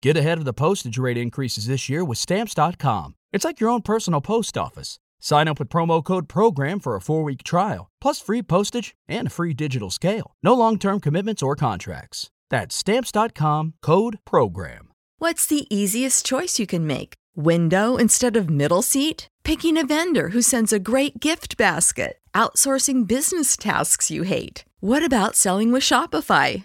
Get ahead of the postage rate increases this year with Stamps.com. It's like your own personal post office. Sign up with promo code PROGRAM for a four week trial, plus free postage and a free digital scale. No long term commitments or contracts. That's Stamps.com code PROGRAM. What's the easiest choice you can make? Window instead of middle seat? Picking a vendor who sends a great gift basket? Outsourcing business tasks you hate? What about selling with Shopify?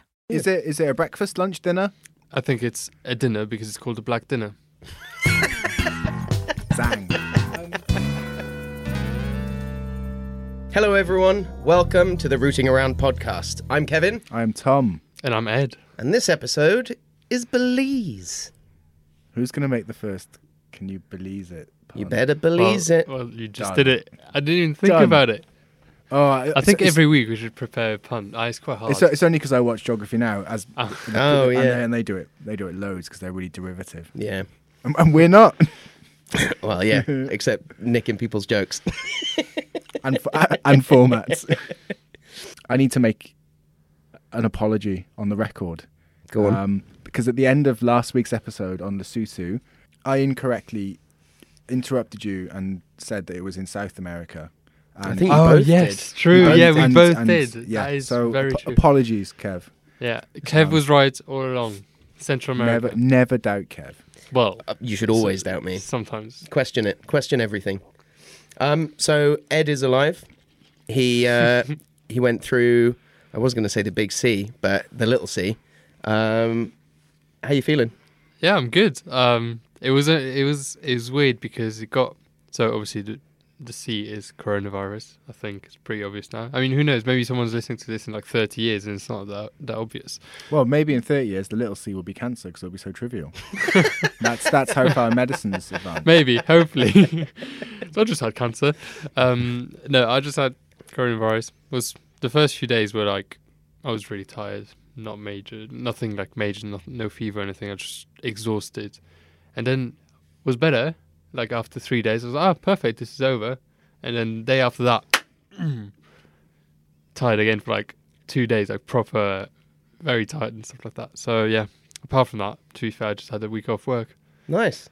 Is there is there a breakfast, lunch, dinner? I think it's a dinner because it's called a black dinner. Zang. Hello, everyone. Welcome to the Rooting Around podcast. I'm Kevin, I'm Tom. And I'm Ed. and this episode is Belize. Who's going to make the first? Can you believe it? You pun? better Belize well, it. Well, you just Done. did it. I didn't even think Done. about it. Oh, I think it's, every week we should prepare a pun. Ah, it's quite hard. It's, it's only because I watch Geography now. As Oh, and, yeah. they, and they do it. They do it loads because they're really derivative, Yeah. and, and we're not. Well, yeah, except nicking people's jokes. And fo- and formats. I need to make an apology on the record. Go on. Um, because at the end of last week's episode on Lesotho, I incorrectly interrupted you and said that it was in South America. And think you oh, both yes. did. True. And- yeah, we and- both and- did. Yeah, that is so very ap- true. apologies, Kev. yeah. Kev was right all along. Central America. Never, never doubt Kev. Well, you should always doubt me. sometimes. Question it. Question everything. Um, so Ed is alive. He uh, he went through. I was going to say the big C, but the little C. Um, how you feeling? Yeah, I'm good. Um, it was a, it was it was weird because it got so obviously the, the C is coronavirus. I think it's pretty obvious now. I mean, who knows? Maybe someone's listening to this in like 30 years and it's not that that obvious. Well, maybe in 30 years, the little C will be cancer because it'll be so trivial. that's that's how far medicine has advanced. Maybe, hopefully. so I just had cancer. Um, no, I just had coronavirus. Was the first few days were like I was really tired, not major, nothing like major, no, no fever or anything. I was just exhausted, and then was better. Like after three days, I was like, ah, perfect, this is over. And then day after that, tired again for like two days, like proper, very tired and stuff like that. So yeah. Apart from that, to be fair, I just had a week off work. Nice.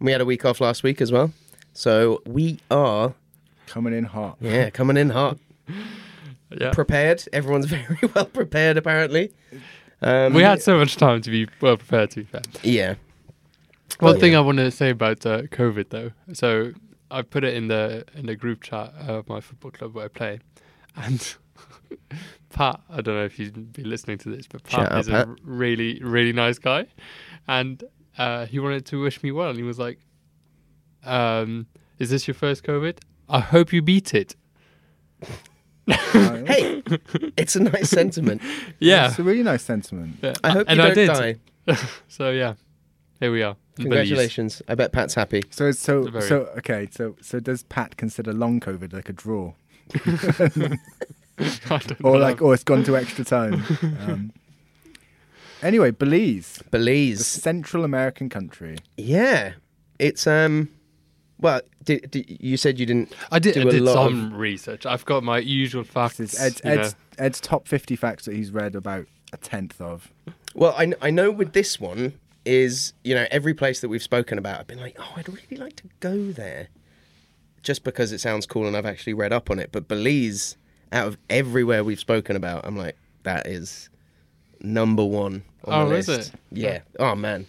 We had a week off last week as well, so we are Coming in hot. yeah coming in hot. Yeah. prepared. Everyone's very well prepared, apparently. Um, We had so much time to be well prepared, to be fair. yeah. One Oh, yeah. thing I want to say about uh, COVID, though. So I put it in the in the group chat of my football club where I play, and Pat. I don't know if you'd be listening to this, but Pat Shout out, is a Pat. r- really really nice guy, and uh, he wanted to wish me well, and he was like, um, "Is this your first COVID? I hope you beat it." Hey, it's a nice sentiment. Yeah, It's a really nice sentiment. Yeah. I hope you and don't I did. die. So yeah, here we are. Belize. Congratulations. I bet Pat's happy. So it's so Very. so okay. So so does Pat consider long COVID like a draw, I don't or know. like or it's gone to extra time? Um, anyway, Belize, the Belize. Central American country. Yeah. It's um. Well, did, did, you said you didn't. I did, do I a did lot of- some research. I've got my usual facts. It's Ed's, you know. Ed's, Ed's top fifty facts that he's read about a tenth of. Well, I, kn- I know with this one is you know every place that we've spoken about, I've been like, oh, I'd really like to go there, just because it sounds cool and I've actually read up on it. But Belize, out of everywhere we've spoken about, I'm like, that is number one. On Oh, the is list. it? Yeah. Oh man.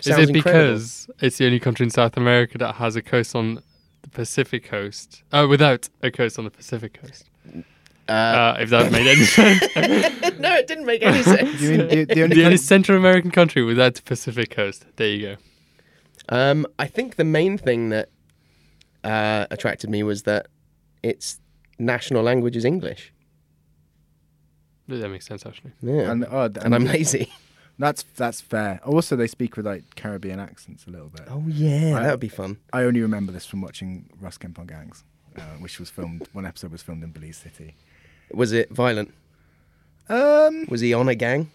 Is Sounds it incredible. because it's the only country in South America that has a coast on the Pacific coast? Oh, without a coast on the Pacific coast. Uh, if that made any sense. no, it didn't make any sense. You mean the, the only the only country- Central American country without the Pacific coast. There you go. Um, I think the main thing that uh, attracted me was that its national language is English. That that makes sense, actually. Yeah, and, and, oh, and, I'm lazy. that's that's fair. Also, they speak with like Caribbean accents a little bit. Oh yeah, Right. that would be fun. I only remember this from watching Ross Kemp on Gangs, uh, which was filmed. One episode was filmed in Belize City. Was it violent? Um, Was he on a gang?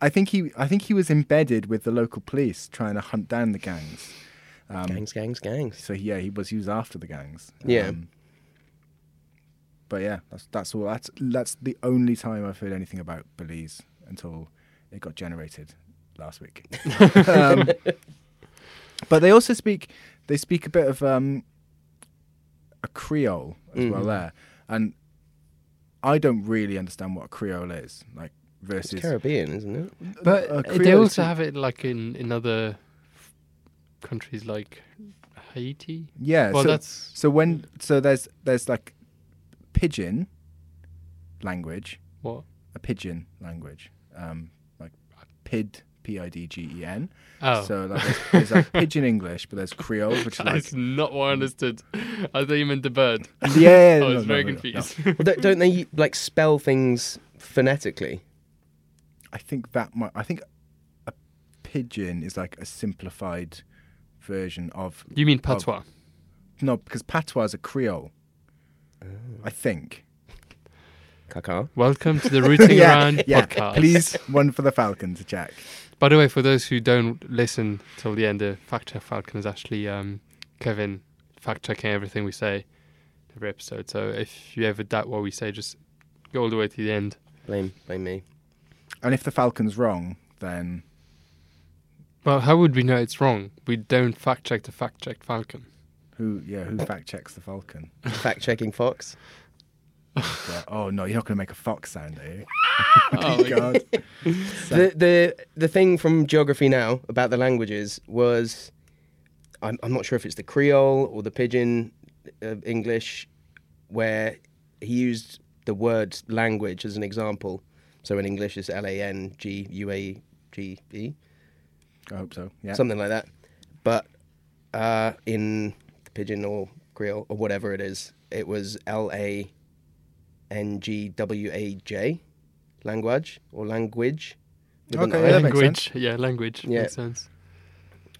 I think he, I think he was embedded with the local police trying to hunt down the gangs. gangs, gangs, gangs. So yeah, he was he was after the gangs. Um, Yeah. but yeah, that's that's all. That's that's the only time I've heard anything about Belize until it got generated last week. um, but they also speak they speak a bit of um, a Creole as well Mm-hmm. there, and I don't really understand what a Creole is like It's versus Caribbean, isn't it? But uh, they Creole also too. have it like in, in other countries like Haiti. yeah. well, so, that's so when so there's there's like pidgin language what. a pidgin language, um, like pid p i d g e n. Oh, So like, there's, there's like pidgin English, but there's Creole, which is like that's not what I understood. I thought you meant the bird. yeah. yeah, yeah, I Eh, no, was no, very no, no, no. confused. Well, don't- don't they like spell things phonetically? I think that might. I think a pidgin is like a simplified version of You mean patois? no, because patois is a Creole. I think. Kaka. Welcome to the Rooting Around yeah. podcast. Please, one for the Falcons, Jack. By the way, for those who don't listen till the end, the fact check Falcon is actually um, Kevin fact checking everything we say every episode. So if you ever doubt what we say, just go all the way to the end. Blame, blame me. And if the Falcons wrong, then Well, how would we know it's wrong? We don't fact check the fact check Falcon. who? Yeah, who fact checks the Falcon? Fact checking fox. Yeah. Oh no, you're not going to make a fox sound, are you? Oh, God. The the the thing from geography now about the languages was, I'm I'm not sure if it's the Creole or the Pidgin uh, English, where he used the word language as an example. So in English, it's L A N G U A G E, I hope so. Yeah. something like that. But uh, in the Pidgin or Creole or whatever it is, it was L A N G W A J, language or language. with an Okay, I. Oh, yeah, that makes language. Yeah, language. Yeah. Makes sense.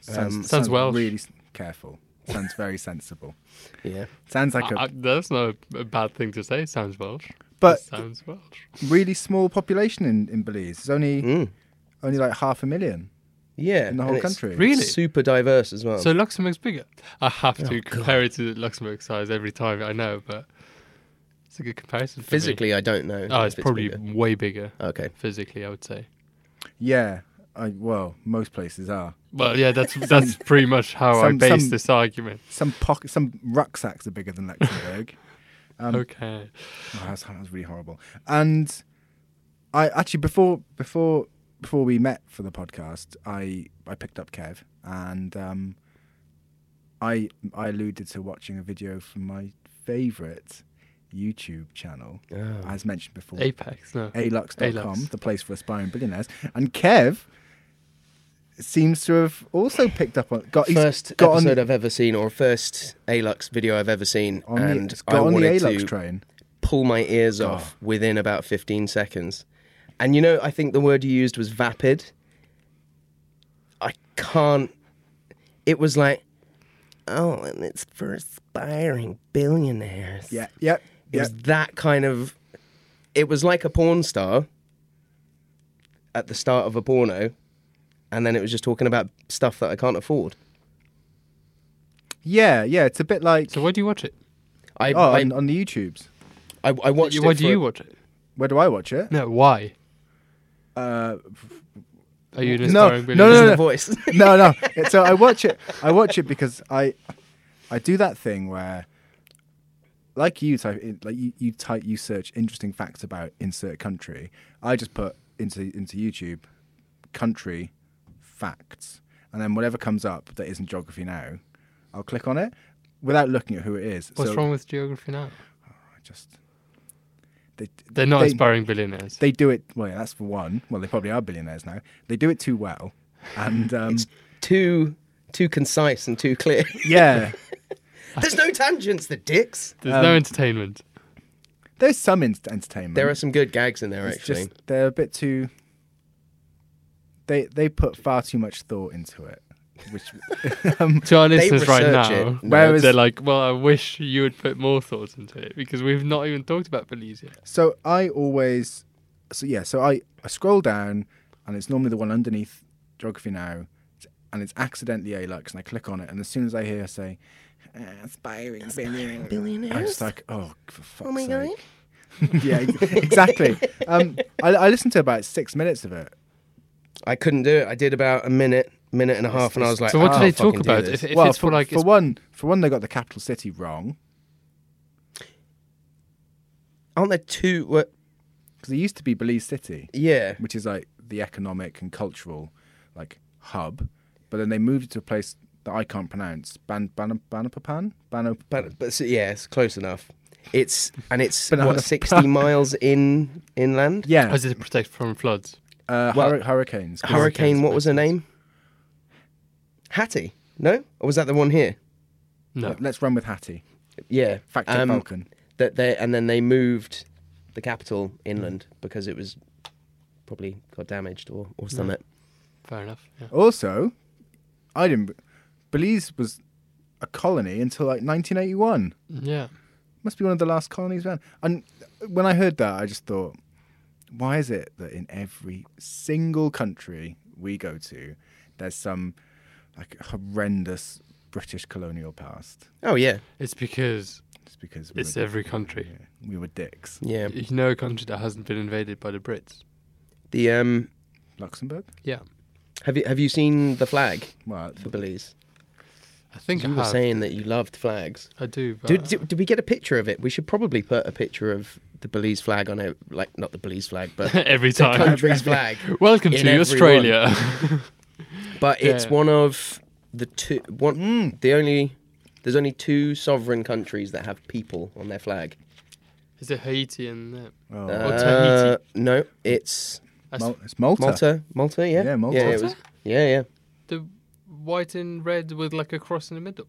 Sounds, Um, Sounds Welsh. Really s- careful. Sounds very sensible. Yeah. Sounds like a I- I- that's not a bad thing to say. Sounds Welsh. but sounds Welsh. really small population in, in Belize. It's only only like half a million Mm. Yeah. in the and whole it's country. Really? Super diverse as well. So Luxembourg's bigger. I have to compare it to Luxembourg size every time. I know, but it's a good comparison. for me. Physically, I don't know. Oh, if it's probably bigger. way bigger. Okay. Physically, I would say. Yeah. I, well, most places are. Well, yeah, that's that's pretty much how I Some- base some- this argument. Some pocket, some rucksacks are bigger than Luxembourg. Um, okay. Oh, that, was, that was really horrible. And I actually before before before we met for the podcast, I I picked up Kev and um, I I alluded to watching a video from my favourite YouTube channel, Oh. as mentioned before, Apex. No. alux.com, Alux. the place for aspiring billionaires. And Kev seems to have also picked up on got he's First got on- episode I've ever seen, or first Alux video I've ever seen, on, the, and got I on the wanted Alux to train. pull my ears Oh. off within about 15 seconds. And you know, I think the word you used was vapid. I can't. It was like, oh, and it's for aspiring billionaires. Yeah, yeah, It yeah. was that kind of. It was like a porn star at the start of a porno, and then it was just talking about stuff that I can't afford. Yeah, yeah. It's a bit like So why do you watch it? I oh, I, on, on the YouTubes. I, I watched. You- it Why for- do you watch it? Where do I watch it? No. Why? Uh, Are you an No, aspiring no, billionaire? no, It's no. the voice. no, no. It- So I watch it. I watch it because I, I do that thing where, like you type, in, like you, you type, you search interesting facts about insert country. I just put into into YouTube, country, facts, and then whatever comes up that isn't geography now, I'll click on it without looking at who it is. What's so wrong with geography now? I just They, They're not they, aspiring billionaires. They do it well. Yeah, that's for one. Well, they probably are billionaires now. They do it too well, and um, Too too concise and too clear. yeah, There's no tangents, the dicks. There's no entertainment. there's some in- entertainment. There are some good gags in there It's actually. just they're a bit too. They they put far too much thought into it, which To our they listeners right now, research it. No, Whereas- they're like, "Well, I wish you would put more thoughts into it because we've not even talked about Belize yet." So I always, so yeah, so I, I scroll down, and it's normally the one underneath Geography Now, and it's accidentally Alux, and I click on it, and as soon as I hear her say, uh, aspiring, billionaire, I'm just like, oh, for fuck's oh my god. sake. yeah, ex- exactly. Um, I, I listened to about six minutes of it. I couldn't do it. I did about a minute, minute and a half, and I was like, so what I do they can't fucking talk do about? this. If, if well, it's for, for, like, for it's- one, for one, they got the capital city wrong Aren't there two? What? because it used to be Belize City, Yeah. which is like the economic and cultural, like hub, but then they moved it to a place that I can't pronounce, Ban Ban Banapapan, Bano. But but so, yeah, it's close enough. It's and it's Banana what sixty miles in inland. Yeah. as it protect from floods. uh, well- hurri- hurricanes. 'cause Hurricane. Hurricanes, What was her name? Hattie. No, or was that the one here? No, Let's run with Hattie. Yeah. Um, Fact check Falcon. That they and then they moved the capital inland because it was probably got damaged or or something. fair enough. Yeah. Also, I didn't. Belize was a colony until like 1981. yeah. Must be one of the last colonies around. And when I heard that, I just thought, why is it that in every single country we go to, there's some like horrendous British colonial past? Oh yeah, It's because It's because we, it's were, every country. we were dicks. yeah. You know, a country that hasn't been invaded by the Brits. The um, Luxembourg? Yeah, have you have you seen the flag Well, for Belize? I think You I were have. saying that you loved flags. I do. But Did, did, did we get a picture of it? We should probably put a picture of the Belize flag on it. Like, not the Belize flag, but the every time. country's flag. Welcome in to everyone. Australia. But it's Yeah. Hmm. one of the two, one, the only, there's only two sovereign countries that have people on their flag. Is it Haiti and that? oh, Or Uh, Tahiti. no, it's That's Mal- it's Malta. Malta. Malta, yeah. Yeah, Malta. Yeah, it was, yeah, yeah. the white and red with like a cross in the middle.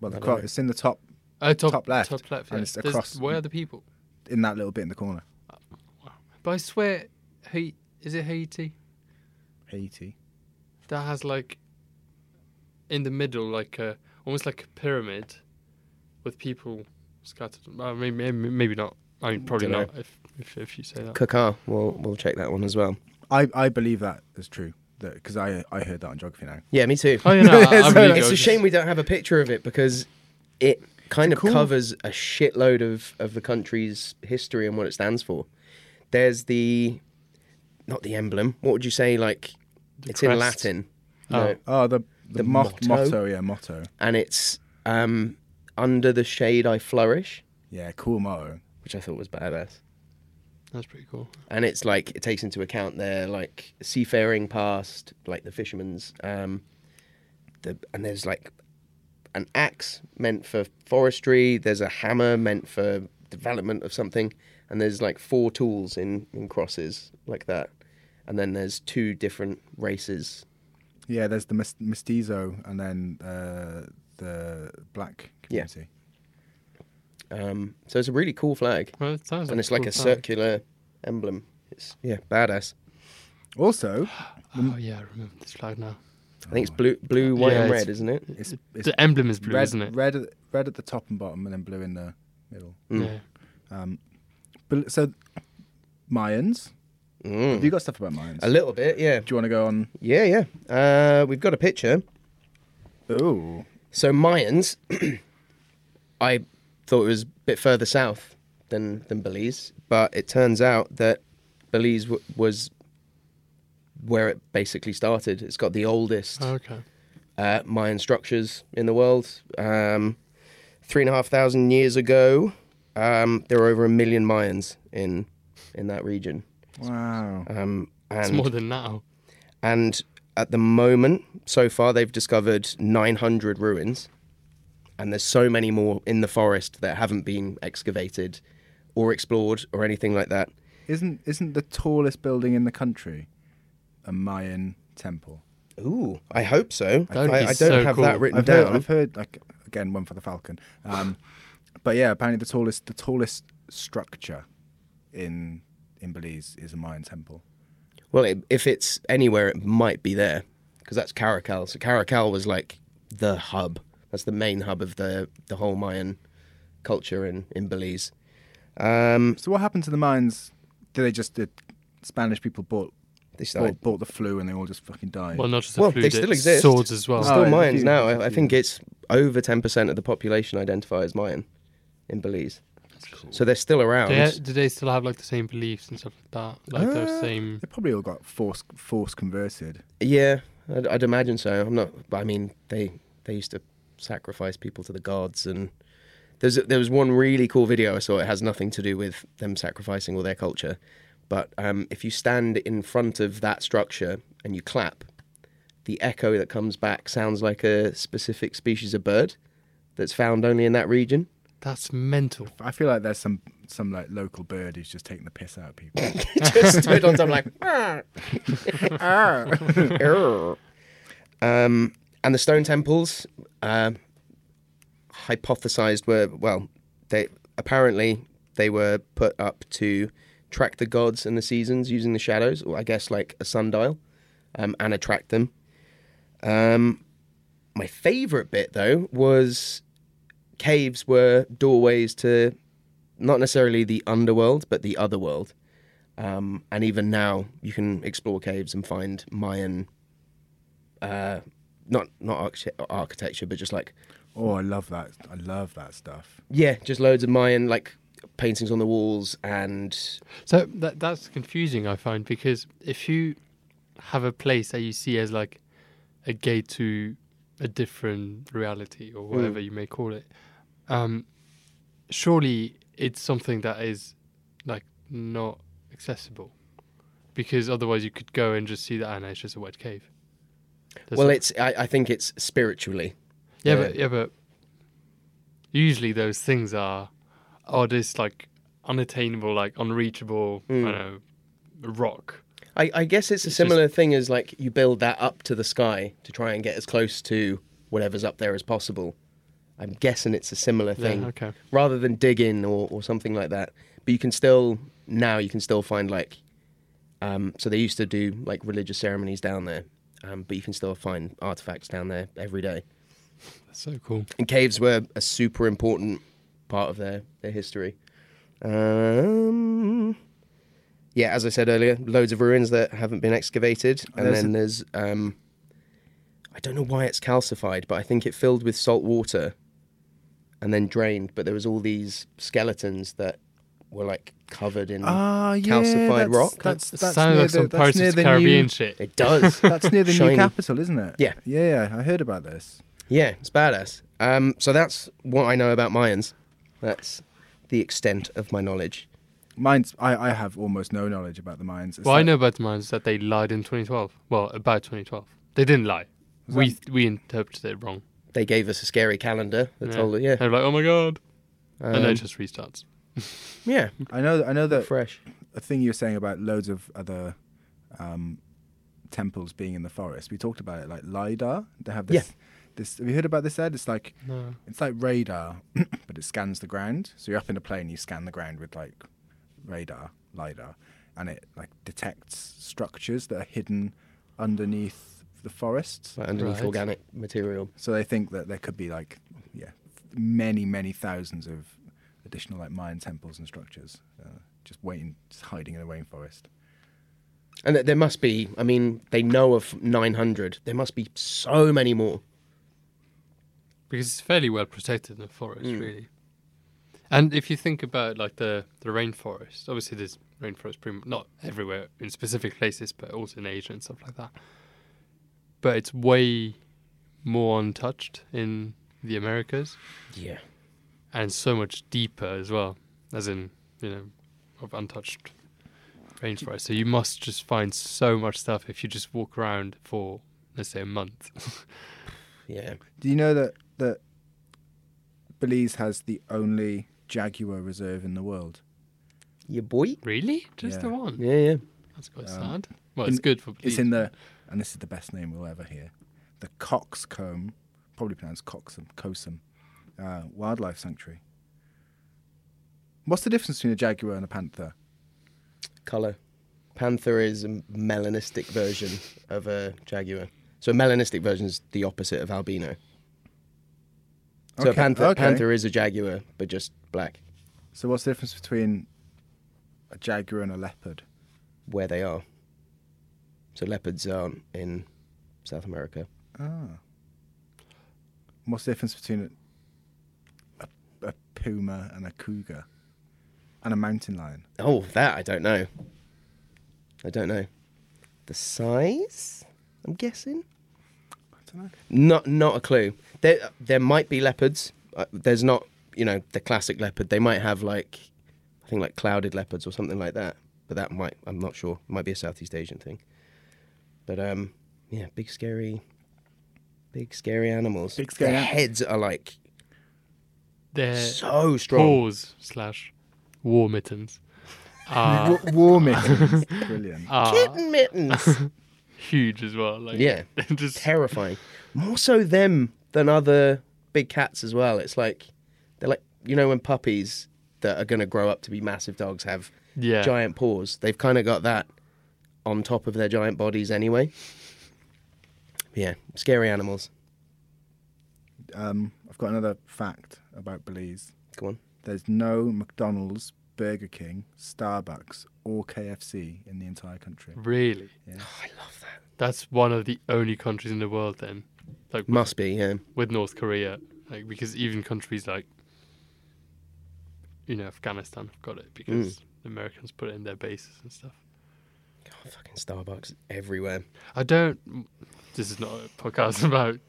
Well, the cro- it's in the top, Uh, top, Top left, Top left. and yeah. it's There's- across- Where are the people? in that little bit in the corner. But I swear, Haiti is it Haiti Haiti. that has like in the middle, like a almost like a pyramid with people scattered. Well, maybe, maybe maybe not. I mean, probably Dunno. not. If, if if you say that. Kakar, we'll, we'll check that one as well. I, I believe that is true because I I heard that on Geography Now. Yeah, me too. Oh yeah, no, I, I It's really it's don't- a shame we don't have a picture of it because it kind of cool- covers a shitload of, of the country's history and what it stands for. There's the not the emblem. What would you say? Like it's in crest. Latin, Oh. no, Oh, the the, The mo- motto? motto. yeah, motto, and it's um, under the shade I flourish, yeah, cool motto. which I thought was badass. That's pretty cool. And it's like it takes into account their like seafaring past, like the fishermen's, um, the and there's like an axe meant for forestry. There's a hammer meant for development of something, and there's like four tools in in crosses like that. And then there's two different races. Yeah, there's the mes- mestizo and then uh, the black Yeah. community. Um, so it's a really cool flag, Well, it sounds and it's like cool a flag. circular emblem. It's yeah, badass. Also, Oh yeah, I remember this flag now. I think it's Oh blue, blue, white, Yeah, and it's- red, isn't it? it's, it's The emblem is blue, red, isn't it? red at the, red at the top and bottom, and then blue in the middle. Mm. Yeah. But so Mayans, Mm. have you got stuff about Mayans? A little bit, yeah. Do you want to go on? Yeah, yeah. Uh, we've got a picture. Oh, So Mayans, I thought it was a bit further south than than Belize, but it turns out that Belize w- was where it basically started. It's got the oldest Oh, okay. uh, Mayan structures in the world. Um, three and a half thousand years ago, um, there were over a million Mayans in in that region. wow! Um, It's and more than now. and at the moment, so far, they've discovered 900 ruins. And there's so many more in the forest that haven't been excavated or explored or anything like that. Isn't isn't the tallest building in the country a Mayan temple? Ooh, I hope so. That would I, be I don't so have cool. that written I've down. heard, I've heard like again one for the Falcon, um, but yeah, apparently the tallest the tallest structure in in Belize is a Mayan temple. Well, it, if it's anywhere, it might be there because that's Caracal. So Caracal was like the hub. That's the main hub of the the whole Mayan culture in in Belize. Um, So what happened to the Mayans? Did they just the Spanish people bought they started. bought, bought the flu and they all just fucking died? Well, not just Well, the flu, they still it's exist. Swords as well. There's Oh, still yeah, Mayans huge, now. I, I huge. think it's over ten percent of the population identify as Mayan in Belize. So they're still around. They, do they still have like the same beliefs and stuff like that? Like Uh, the same. They probably all got force force converted. Yeah, I'd, I'd imagine so. I'm not. but I mean, they they used to sacrifice people to the gods, and there's there was one really cool video I saw. It has nothing to do with them sacrificing or their culture, but um, if you stand in front of that structure and you clap, the echo that comes back sounds like a specific species of bird that's found only in that region. That's mental. I feel like there's some some like local bird who's just taking the piss out of people. Just stood on top like. "Ah." Err. um, and the stone temples uh, hypothesized were well they apparently they were put up to track the gods and the seasons using the shadows or i guess like a sundial um, and attract them um, my favorite bit though was caves were doorways to not necessarily the underworld but the other world um, and even now you can explore caves and find mayan uh, not not archi- architecture but just like oh, I love that. I love that stuff. yeah just loads of mayan like paintings on the walls and So that that's confusing, I find, because if you have a place that you see as like a gate to a different reality or Hmm. whatever you may call it, um, surely it's something that is like not accessible, because otherwise you could go and just see that, and it's just a wet cave. There's well not- it's I, I think it's spiritually yeah, but yeah, but usually those things are are this like unattainable, like unreachable, Hmm. I don't know, rock. I, I guess it's a It's similar thing as like you build that up to the sky to try and get as close to whatever's up there as possible. I'm guessing it's a similar Yeah, thing. okay. Rather than digging or, or something like that. But you can still now you can still find like um, so they used to do like religious ceremonies down there. Um, but you can still find artifacts down there every day. That's so cool. And caves were a super important part of their, their history. Um, yeah, as I said earlier, loads of ruins that haven't been excavated. And Oh, There's then a- there's, um, I don't know why it's calcified, but I think it filled with salt water and then drained. But there was all these skeletons that were like covered in Mm. Ah. calcified rock. That's, It that's sounds near like the, some that's Pirates near of the the Caribbean new, shit. it does. That's near the Shiny. new capital, isn't it? Yeah. Yeah, I heard about this. Yeah, it's badass. Um, so that's what I know about Mayans. That's the extent of my knowledge. Mine's I, I have almost no knowledge about the mines. It's Well, I like- know about the Mayans that they lied in 2012. Well, about 2012. They didn't lie. We we interpreted it wrong. They gave us a scary calendar that told us, yeah. They're like, oh my god. and then it Um, just restarts. Yeah, I know I know that fresh. a thing you were saying about loads of other um, temples being in the forest. We talked about it, like lidar. They have this. This have you heard about this? Ed, it's like No. it's like radar, but it scans the ground. So you're up in a plane, you scan the ground with like radar, lidar, and it like detects structures that are hidden underneath the forest. Like underneath Right. organic material. So they think that there could be like yeah, many many thousands of additional like Mayan temples and structures uh, just waiting, just hiding in the rainforest. And th- there must be, I mean, they know of 900. There must be so many more. Because it's fairly well protected in the forest, mm. really. And if you think about like the, the rainforest, obviously there's rainforest pretty mu- not everywhere in specific places, but also in Asia and stuff like that. But it's way more untouched in the Americas. Yeah. and so much deeper as well, as in you know, of untouched rainforest. So you must just find so much stuff if you just walk around for let's say a month. Yeah. Do you know that that Belize has the only jaguar reserve in the world? Your boy. Really? Just the Yeah. one? Yeah, yeah. That's quite sad. Well, it's good for It's Belize. in the, and this is the best name we'll ever hear, the Coxcomb, probably pronounced Coxum, Cosum, uh, Wildlife Sanctuary. What's the difference between a jaguar and a panther? Color. Panther is a melanistic version of a jaguar. So a melanistic version is the opposite of albino. So a Okay, panther, okay. panther is a jaguar, but just black So what's the difference between a jaguar and a leopard? where they are. So leopards aren't in South America. Ah. What's the difference between a, a, a puma and a cougar and a mountain lion? Oh, that I don't know. I don't know. The size? I'm guessing. I don't know. Not not a clue. There there might be leopards. Uh, There's not, you know, the classic leopard. They might have like I think like clouded leopards or something like that. But that might I'm not sure. It might be a Southeast Asian thing. But um yeah, big scary big scary animals. Big scary Their anim- heads are like They're so strong. paws slash war mittens are W- war mittens. Brilliant. Ah. Kitten mittens. huge as well. Like, Yeah. just terrifying. More so them than other big cats as well. It's like they're like you know when puppies that are going to grow up to be massive dogs have Yeah. giant paws. They've kind of got that on top of their giant bodies anyway. Yeah, scary animals. Um, I've got another fact about Belize. Go on. There's no McDonald's, Burger King, Starbucks, or KFC in the entire Hmm. country. really. Oh, I love that. That's one of the only countries in the world then, like with, Must be yeah. with North Korea, like because even countries like, you know, Afghanistan have got it Mm. because the Americans put it in their bases and stuff. God, fucking Starbucks everywhere. I don't. This is not a podcast about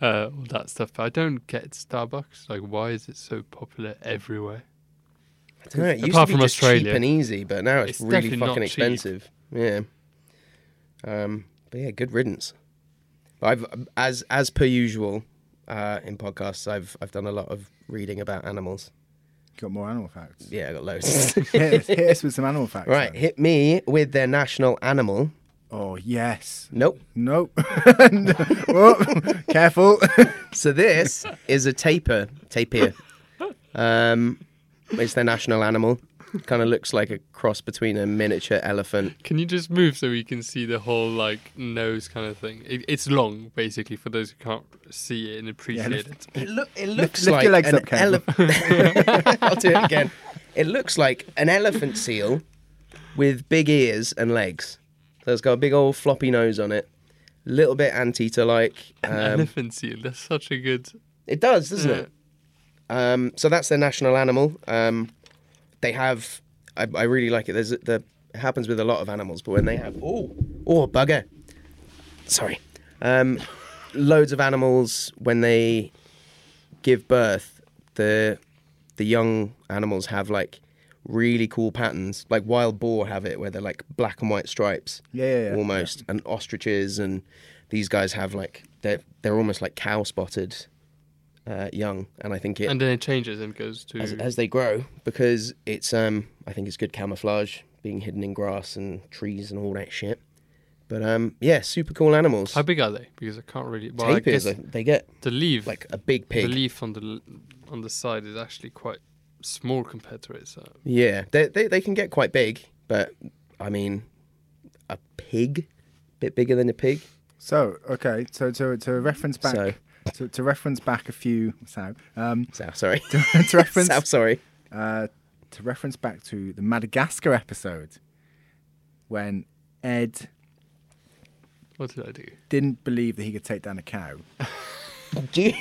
uh, all that stuff, but I don't get Starbucks. Like, why is it so popular everywhere? I don't know. It used Apart to be from just Australia. cheap and easy, but now It's it's, really definitely not fucking cheap. expensive. Yeah. Um, but yeah, good riddance. I've as as per usual uh, in podcasts, I've I've done a lot of reading about animals. Got more animal facts. Yeah, I got loads. hit, us, hit us with some animal facts. right, then. hit me with their national animal. Oh, yes. Nope. Nope. oh, careful. So this is a tapir. Tapir. Um, it's their national animal. Kind of looks like a cross between a miniature elephant Can you just move so we can see the whole like nose kind of thing? It, it's long, basically, for those who can't see it and appreciate it. It, look, it looks lift like your legs an up, Caleb. elef- I'll do it again. It looks like an elephant seal with big ears and legs. So it's got a big old floppy nose on it. Little bit anteater like. Um, Elephant seal. That's such a good. it does, doesn't Yeah. it? Mm. Um, so that's their national animal. Um, they have. I, I really like it. There's a- the it happens with a lot of animals, but when they have oh oh bugger, sorry, um, loads of animals when they give birth, the the young animals have like really cool patterns. Like wild boar have it where they're like black and white stripes. Yeah, yeah, yeah. Almost. And ostriches and these guys have like they're they're almost like cow spotted uh, young. And I think it And then it changes and goes to. as, as they grow because it's um I think it's good camouflage being hidden in grass and trees and all that shit. But um yeah, super cool animals. How big are they? Because I can't really. Well, I Tapirs, guess uh, they get the leaf, like a big the pig. leaf on the l- on the side is actually quite small compared to it. So Yeah, they, they they can get quite big, but I mean, a pig, bit bigger than a pig. So, okay. So, to, to reference back. So. To, to reference back a few, so, um, So sorry, to reference so sorry. Uh, to reference back to the Madagascar episode when Ed what did I do? didn't believe that he could take down a cow. Do you,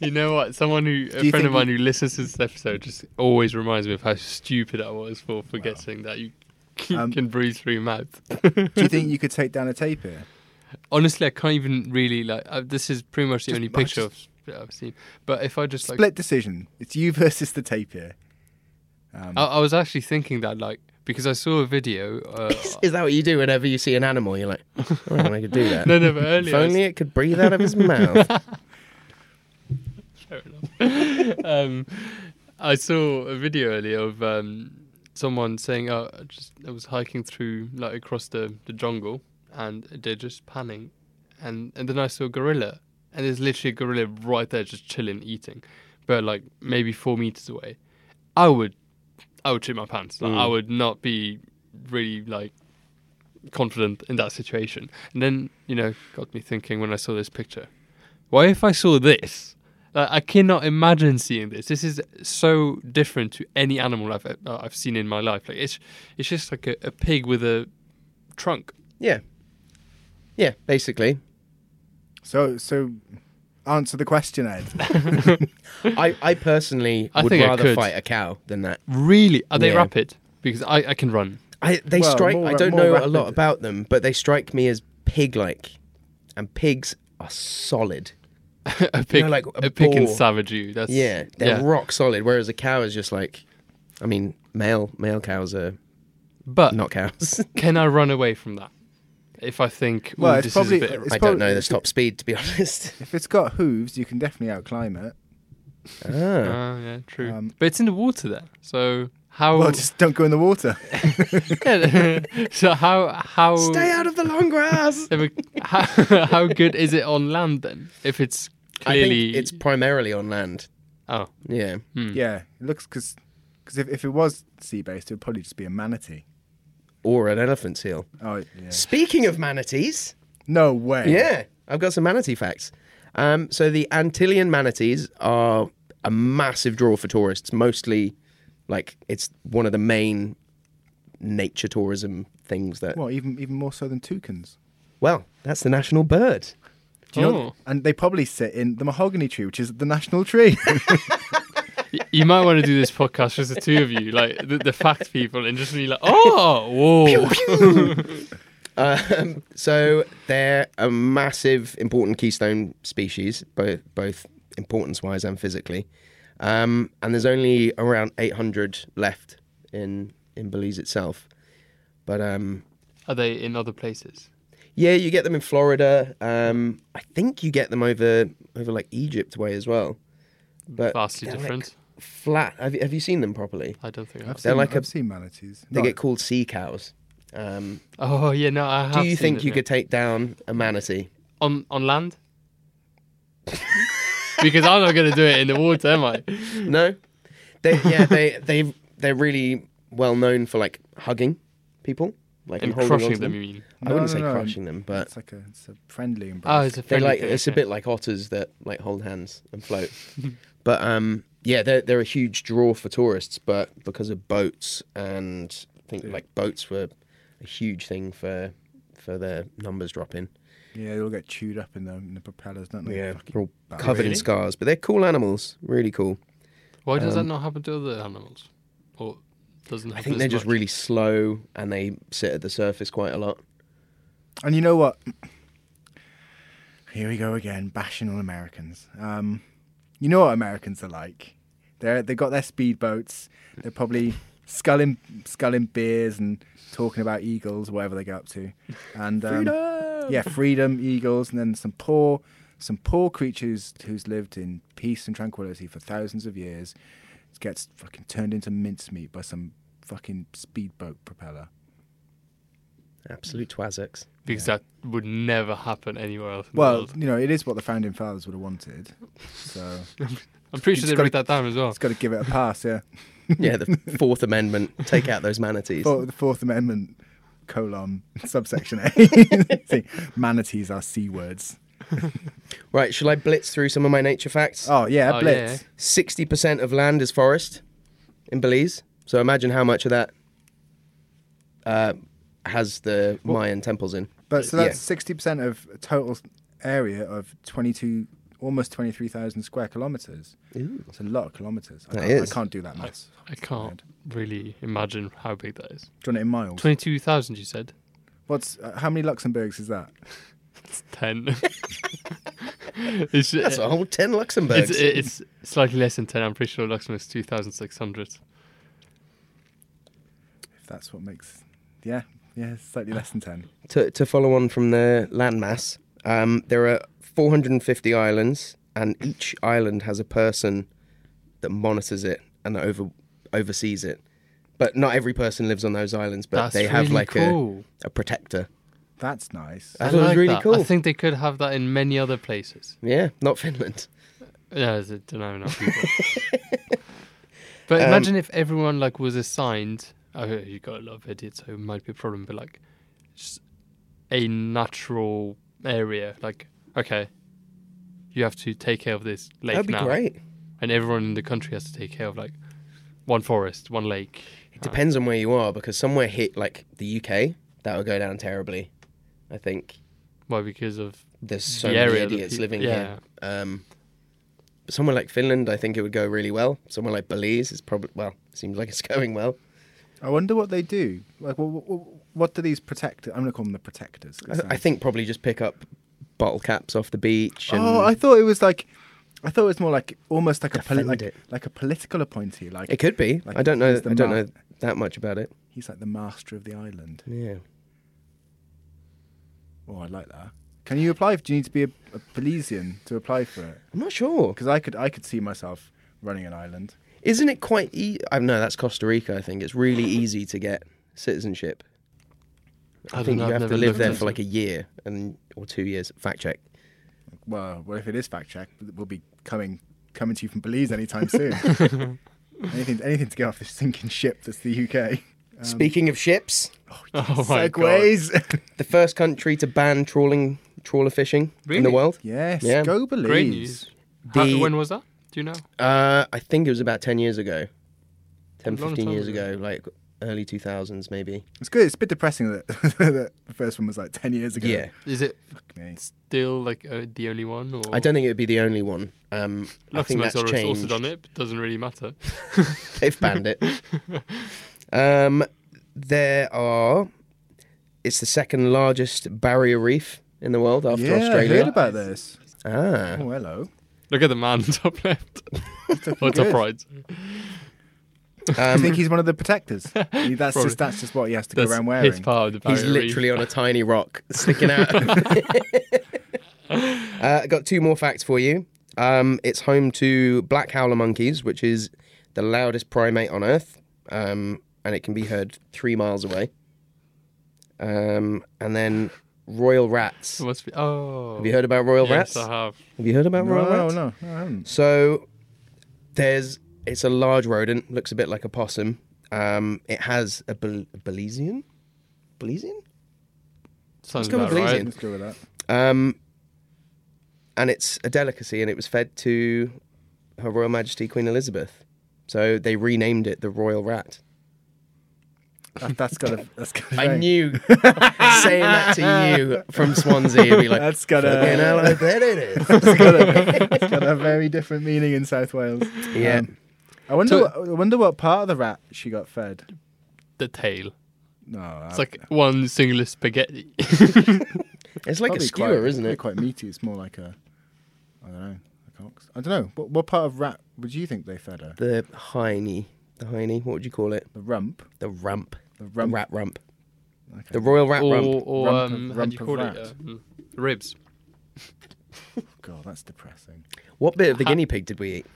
You know what? Someone who a you friend think of mine who listens to this episode just always reminds me of how stupid I was for forgetting that you c- can breathe through your mouth. Do you think you could take down a tapir? Honestly, I can't even really like. Uh, this is pretty much the only I picture of I've seen. But if I just like, Split decision. It's you versus the tapir. I, I was actually thinking that like because I saw a video. Uh, is that what you do whenever you see an animal? You're like, "Oh, I reckon I could do that. no, no, but if earlier. I only it could breathe out of his mouth. Fair enough. um, I saw a video earlier of um, someone saying, "Oh, I just I was hiking through like across the, the jungle, and they're just panning, and and then I saw a gorilla, and there's literally a gorilla right there just chilling, eating, but like maybe four meters away. I would, I would shit my pants. Like, I would not be really like confident in that situation. And then you know, got me thinking when I saw this picture. Why if I saw this? Like, I cannot imagine seeing this. This is so different to any animal I've uh, I've seen in my life. Like it's it's just like a, a pig with a trunk. Yeah. Yeah, basically. So, so answer the question, Ed. I, I personally I would think I rather could. fight a cow than that. Really? Are they Yeah. rapid? Because I, I can run. I they Well, strike. more I ra- don't more know a rapid. lot about them, but they strike me as pig-like, and pigs are solid. a pig, like a, a pig can boar. savage you. That's Yeah, they're rock solid. Whereas a cow is just like, I mean, male male cows are But not cows. can I run away from that? If I think, Well, "Ooh, it's this probably- is a bit. it's I probably- don't know the top speed to be honest. if it's got hooves, you can definitely outclimb it. Ah. Ah, yeah, true. Um, but it's in the water there, so how? Well, just don't go in the water. so how how? Stay out of the long grass. Yeah, but how, how good is it on land then? If it's I clearly think it's primarily on land. oh Yeah. yeah, it looks because if, if it was sea based, it would probably just be a manatee. or an elephant's heel. Oh, yeah. Speaking of manatees, No way. yeah, I've got some manatee facts. Um, so the Antillean manatees are a massive draw for tourists, mostly like it's one of the main nature tourism things that. Well, even even more so than toucans. Well, that's the national bird. Do you Oh. know? And they probably sit in the mahogany tree, which is the national tree. Y- you might want to do this podcast just the two of you, like the, the fact people, and just be like, oh, whoa, Um, so they're a massive, important keystone species, both both importance wise and physically. Um, and there's only around 800 left in in Belize itself. But um, are they in other places? yeah, you get them in Florida. Um, I think you get them over over like Egypt way as well. But Vastly they're, like, different. flat. Have you, have you seen them properly? I don't think. I I've have. seen, like a- I've seen manatees. They No, get called sea cows. Um, Oh yeah, no, I have. do you seen think it, you yeah. could take down a manatee? on on land? because I'm not going to do it in the water, am I? No, they yeah they they they're really well known for like hugging people, like And holding onto crushing them, you mean? I No, wouldn't no, say no. crushing them, but It's like a, it's a friendly embrace. Oh, it's a they friendly like thing, it's a okay. bit like otters that like hold hands and float. but um yeah, they're they're a huge draw for tourists, but because of boats and I think like boats were a huge thing for for their numbers dropping. yeah, they all get chewed up in the, in the propellers, don't they? Fucking they're all bad. covered in scars, but they're cool animals, really cool. Why does that not happen to other animals? Or doesn't happen um, I think as they're just much? really slow and they sit at the surface quite a lot. And you know what? Here we go again, bashing on Americans. Um, you know what Americans are like? They're they got their speedboats. They're probably sculling sculling beers and talking about eagles, whatever they get up to. And um, yeah, freedom, eagles, and then some poor some poor creatures who's lived in peace and tranquility for thousands of years gets fucking turned into mincemeat by some fucking speedboat propeller. Absolute twazzicks. because that would never happen anywhere else. In the Well, world. you know, it is what the founding fathers would have wanted. So I'm pretty you sure just they gotta- wrote that down as well. it's got to give it a pass, yeah. yeah, the Fourth Amendment. Take out those manatees. For the Fourth Amendment, colon, subsection A. See, manatees are C words. Right, shall I blitz through some of my nature facts? Oh, yeah, Oh, Blitz. yeah. 60% of land is forest in Belize. So imagine how much of that uh, has the Mayan temples in. But so Yeah. that's 60% of total area of 22, almost 23,000 square kilometres. It's a lot of kilometres. I, That can't- is. I can't do that maths. I can't really imagine how big that is. Do you want it in miles? Twenty-two thousand, you said. What's, uh, how many Luxembourgs is that? It's ten. it's, uh, That's a whole 10 Luxembourgs. it's, it's slightly less than ten. I'm pretty sure Luxembourg's two thousand six hundred. If that's what makes, yeah, yeah, slightly less than 10. to, to follow on from the landmass, um, there are 450 islands, and each island has a person that monitors it and over oversees it. But not every person lives on those islands, but That's they have really like cool. a, a protector. That's nice. I I thought it was like really that. I cool. think they could have that in many other places. Yeah, not Finland. No, I don't know enough people. but Um, imagine if everyone like was assigned. Oh, you got a lot of idiots, so it might be a problem. But like, just a natural area. Like, okay, you have to take care of this lake That'd be now, great. and everyone in the country has to take care of like one forest, one lake. It depends on where you are because somewhere hit like the UK, that would go down terribly. I think Why? Because of there's so The many area that idiots peop- living yeah. here. Um, but somewhere like Finland, I think it would go really well. Somewhere like Belize is probably well, seems like it's going well. I wonder what they do. Like, wha- wha- wha- what do these protect? I'm gonna call them the protectors. 'cause I, I sounds- think probably just pick up bottle caps off the beach. And Oh, I thought it was like. I thought it was more like almost like a poli- Defend like, it. like a political appointee. Like it could be. like I don't know. he's the I don't ma- know Mm. that much about it. He's like the master of the island. Yeah. Oh, I like that. Can you apply? Do you need to be a, a Belizean to apply for it? I'm not sure. Because I could I could see myself running an island. Isn't it quite? E- I know that's Costa Rica. I think it's really easy to get citizenship. I, I don't think know, you I've have to never live looked there into for like it. a year and or two years. Fact check. Well, well, if it is fact check, we'll be coming coming to you from Belize anytime soon. anything anything to get off this sinking ship that's the UK. Speaking of ships, Oh my God. Segways. the first country to ban trawling trawler fishing in the Really? world. yes, Yeah. go Belize. Great news. How- The- when was that? Do you know? Uh, I think it was about 10 years ago. 10, Long 15 time years ago. ago, like early 2000s maybe. It's good. It's a bit depressing that, that the first one was like ten years ago. Yeah. Is it Me. still like uh, the only one? Or I don't think it would be the only one. Um, I think Luxembourg's that's already also changed. done it. But doesn't really matter. They've banned it. um, there are. It's the second largest barrier reef in the world after yeah, I heard Australia. about this. Ah. Oh, hello. Look at the man top left. or good. top right. I Um, think he's one of the protectors. He- that's Probably. just that's just what he has to That's go around wearing. his part of the barrier. He's literally on a tiny rock sticking out. uh, got two more facts for you. Um, it's home to black howler monkeys, which is the loudest primate on Earth, um, and it can be heard three miles away. Um, and then royal rats. It must be. Oh. Have you heard about royal yes, uh-huh. rats? I have. Have you heard about No, royal no, rats? no, no, I haven't. So there's it's a large rodent, looks a bit like a possum. Um, it has a, Bel- Belizean, Belizean, Sounds go with about right. Belizean. Let's go with that. Um, and it's a delicacy, and it was fed to Her Royal Majesty Queen Elizabeth. So they renamed it the Royal Rat. that that's gotta. That's gotta. I knew saying that to you from Swansea would be like, That's gotta- "Fucking hell, I bet it is." it's got, a, it's got a very different meaning in South Wales. Yeah. Um, I wonder. So- what, I wonder what part of the rat she got fed. The tail. No, It's like one singular spaghetti. it's like a skewer, isn't it? Quite meaty. It's more like a. I don't know. A cox. I don't know. What, what part of rat would you think they fed her? The hiney, the hiney. What would you call it? The rump. The rump, The the rump. rat rump, Okay. the Royal Rat or rump. or Rump um, of- how do rump you of call it? rat. Uh, mm, ribs. God, that's depressing. What bit of the guinea pig did we eat?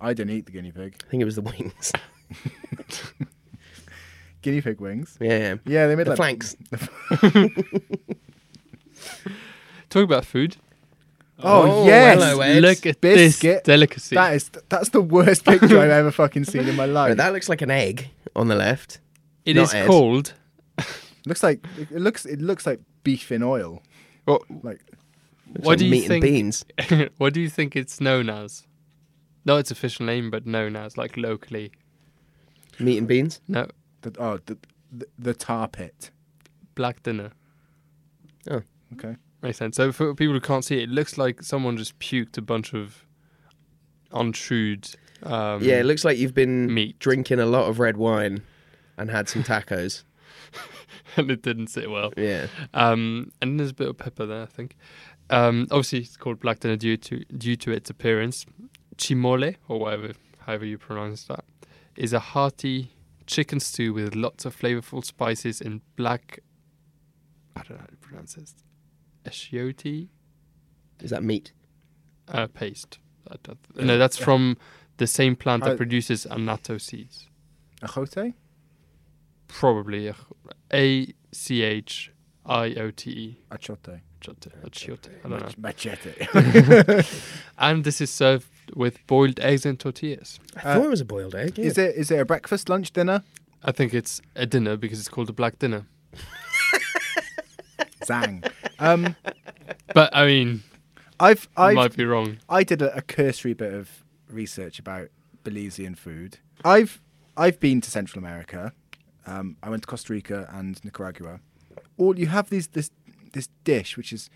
I didn't eat the guinea pig. I think it was the wings. Guinea pig wings. yeah, Yeah, they made the like flanks. Talk about food. Oh, yes, hello, eh? Ed. Look at biscuit. this delicacy. That is that's the worst picture I've ever fucking seen in my Right, life. that looks like an egg on the left. it not is Ed. called. looks like it looks it looks like beef in oil. Well, Like Looks What like do you meat think- and beans? what do you think it's known as? No, it's official name, but known as like locally. Meat and beans. No, the, oh the, the the tar pit. black dinner. Oh, Okay. Makes sense. So for people who can't see it, it looks like someone just puked a bunch of unchewed. Um, Yeah, it looks like you've been Meat. drinking a lot of red wine and had some tacos. and it didn't sit well. yeah. Um, and there's a bit of pepper there, I think. Um, obviously, it's called black dinner due to due to its appearance. Chimole, or whatever, however you pronounce that, is a hearty chicken stew with lots of flavorful spices and black. I don't know how to pronounce this. Achiote Is that meat? uh, paste. I don't no, that's from the same plant Uh, that produces annatto seeds. Ajote? probably A C H I O T E. Achote. Achiote. Achiote. I don't know. Machete. And this is served with boiled eggs and tortillas. I thought it was a boiled egg. Is it is it a breakfast, lunch, dinner? I think it's a dinner because it's called a black dinner. Zang. Um, But I mean, I've I've might be wrong. I did a, a cursory bit of research about Belizean food. I've I've been to Central America. Um, I went to Costa Rica and Nicaragua. All you have these this this dish which is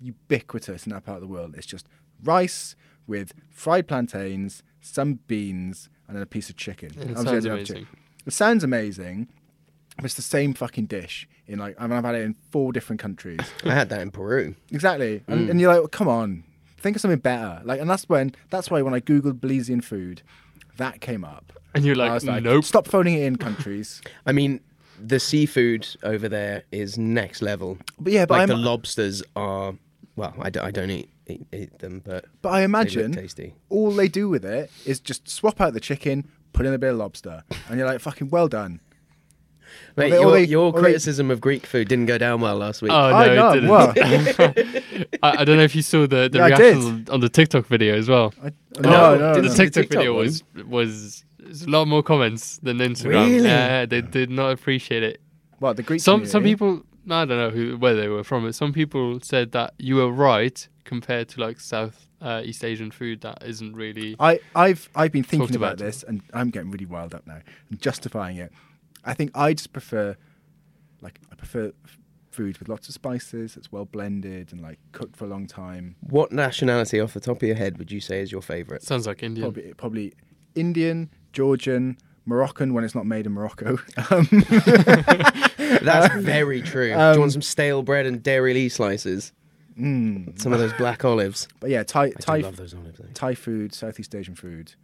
ubiquitous in that part of the world. It's just rice with fried plantains, some beans, and then a piece of chicken. Obviously, I sounds didn't have chick- amazing. It sounds amazing. but It's the same fucking dish in like I mean, I've had it in four different countries. I had that in Peru. Exactly. And, Mm. and you're like, well, come on, think of something better. Like, and that's when that's why when I googled Belizean food, that came up. And you're I like, was like, nope. Stop phoning it in, countries. I mean, the seafood over there is next level. But yeah, but like the I'm- lobsters are. Well, I, d- I don't eat, eat eat them, but but I imagine tasty. all they do with it is just swap out the chicken, put in a bit of lobster, and you're like, fucking well done. Mate, they- or your, they- your or they- criticism of Greek food didn't go down well last week. Oh no, I it know. didn't. Well, I, I don't know if you saw the, the Yeah, I reactions did. on, on the TikTok video as well. I- No, no, no, no. the TikTok, TikTok video was was there's a lot more comments than Instagram. Really? Yeah, they did not appreciate it. What the Greek? Some some community? people I don't know who where they were from, but some people said that you were right compared to like South uh, East Asian food that isn't really. I, I've I've been Talked thinking about, about it. this, and I'm getting really wild up now and justifying it. I think I just prefer, like, I prefer f- food with lots of spices that's well blended and like cooked for a long time. What nationality, off the top of your head, would you say is your favourite? Sounds like Indian. Probably probably Indian, Georgian, Moroccan when it's not made in Morocco. Um, That's very true. Do you Um, want some stale bread and dairy lee slices? Hmm. Some of those black olives. but yeah, Thai I Thai do love those olives. eh? though. Thai food, Southeast Asian food,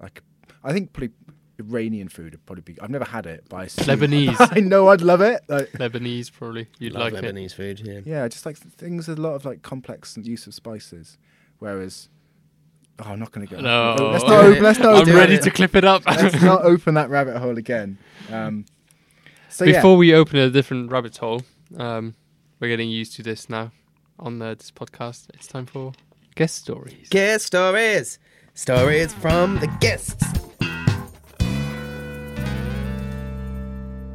like I think probably Iranian food would probably be. I've never had it, but I assume- Lebanese, I know I'd love it. Like, Lebanese probably. You'd Love like it. Lebanese food. Yeah. Yeah, just like things with a lot of like complex use of spices. Whereas, oh, I'm not going to go. No. let's not. Open, let's not. I'm Open, ready it. to clip it up. Let's not open that rabbit hole again. Um, so Before yeah, we open a different rabbit hole, um, we're getting used to this now on the, this podcast. It's time for guest stories. Guest stories. Stories from the guests.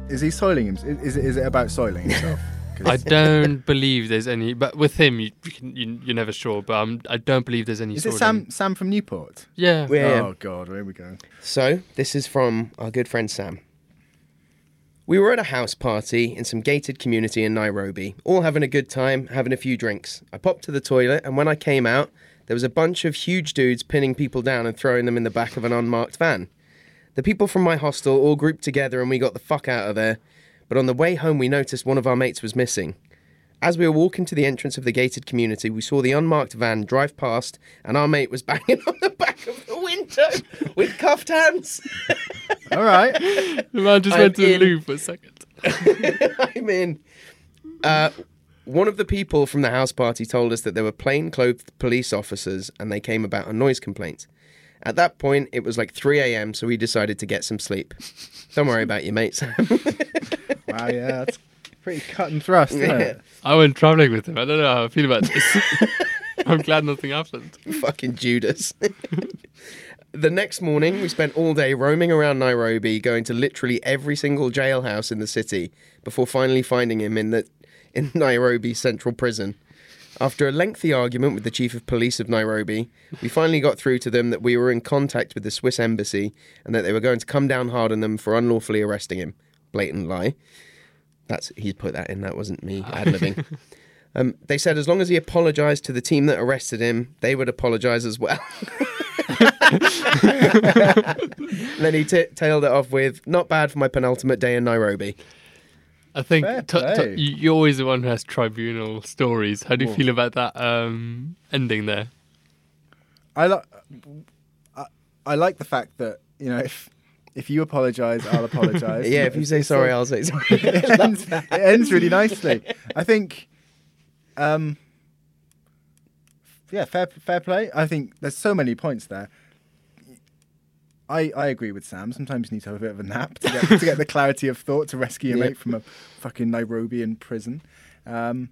is he soiling himself? Is, is it about soiling himself? 'Cause I don't believe there's any, but with him, you, you, can- you you're never sure. But I'm, I don't believe there's any. is it sort of- Sam? Sam from Newport? Yeah. Yeah. Oh God, here we go. So, this is from our good friend Sam. We were at a house party in some gated community in Nairobi, all having a good time, having a few drinks. I popped to the toilet, and when I came out, there was a bunch of huge dudes pinning people down and throwing them in the back of an unmarked van. The people from my hostel all grouped together and we got the fuck out of there. But on the way home, we noticed one of our mates was missing. As we were walking to the entrance of the gated community, we saw the unmarked van drive past, and our mate was banging on the back of the window with cuffed hands. All right. The man just I'm went to the in. loo for a second. I'm in. Uh, one of the people from the house party told us that there were plainclothed police officers and they came about a noise complaint. At that point, it was like 3 a.m., so we decided to get some sleep. Don't worry about your mates. wow, yeah, that's pretty cut and thrust. Isn't it? I went traveling with him. I don't know how I feel about this. I'm glad nothing happened. fucking Judas. the next morning, we spent all day roaming around Nairobi, going to literally every single jailhouse in the city, before finally finding him in the in Nairobi Central Prison. After a lengthy argument with the chief of police of Nairobi, we finally got through to them that we were in contact with the Swiss embassy and that they were going to come down hard on them for unlawfully arresting him. Blatant lie. That's he's put that in. That wasn't me ad libbing. Um, they said as long as he apologised to the team that arrested him, they would apologise as well. And then he t- tailed it off with, not bad for my penultimate day in Nairobi. I think Fair t- t- play. you- you're always the one who has tribunal stories. How do you feel about that um, ending there? I like I, I like the fact that you know if if you apologise, I'll apologise. Yeah, if you say sorry, I'll say sorry. it, ends, it ends really nicely. I think, um, yeah, fair fair play. I think there's so many points there. I, I agree with Sam. Sometimes you need to have a bit of a nap to get, to get the clarity of thought to rescue your Yeah. mate from a fucking Nairobian prison. Um,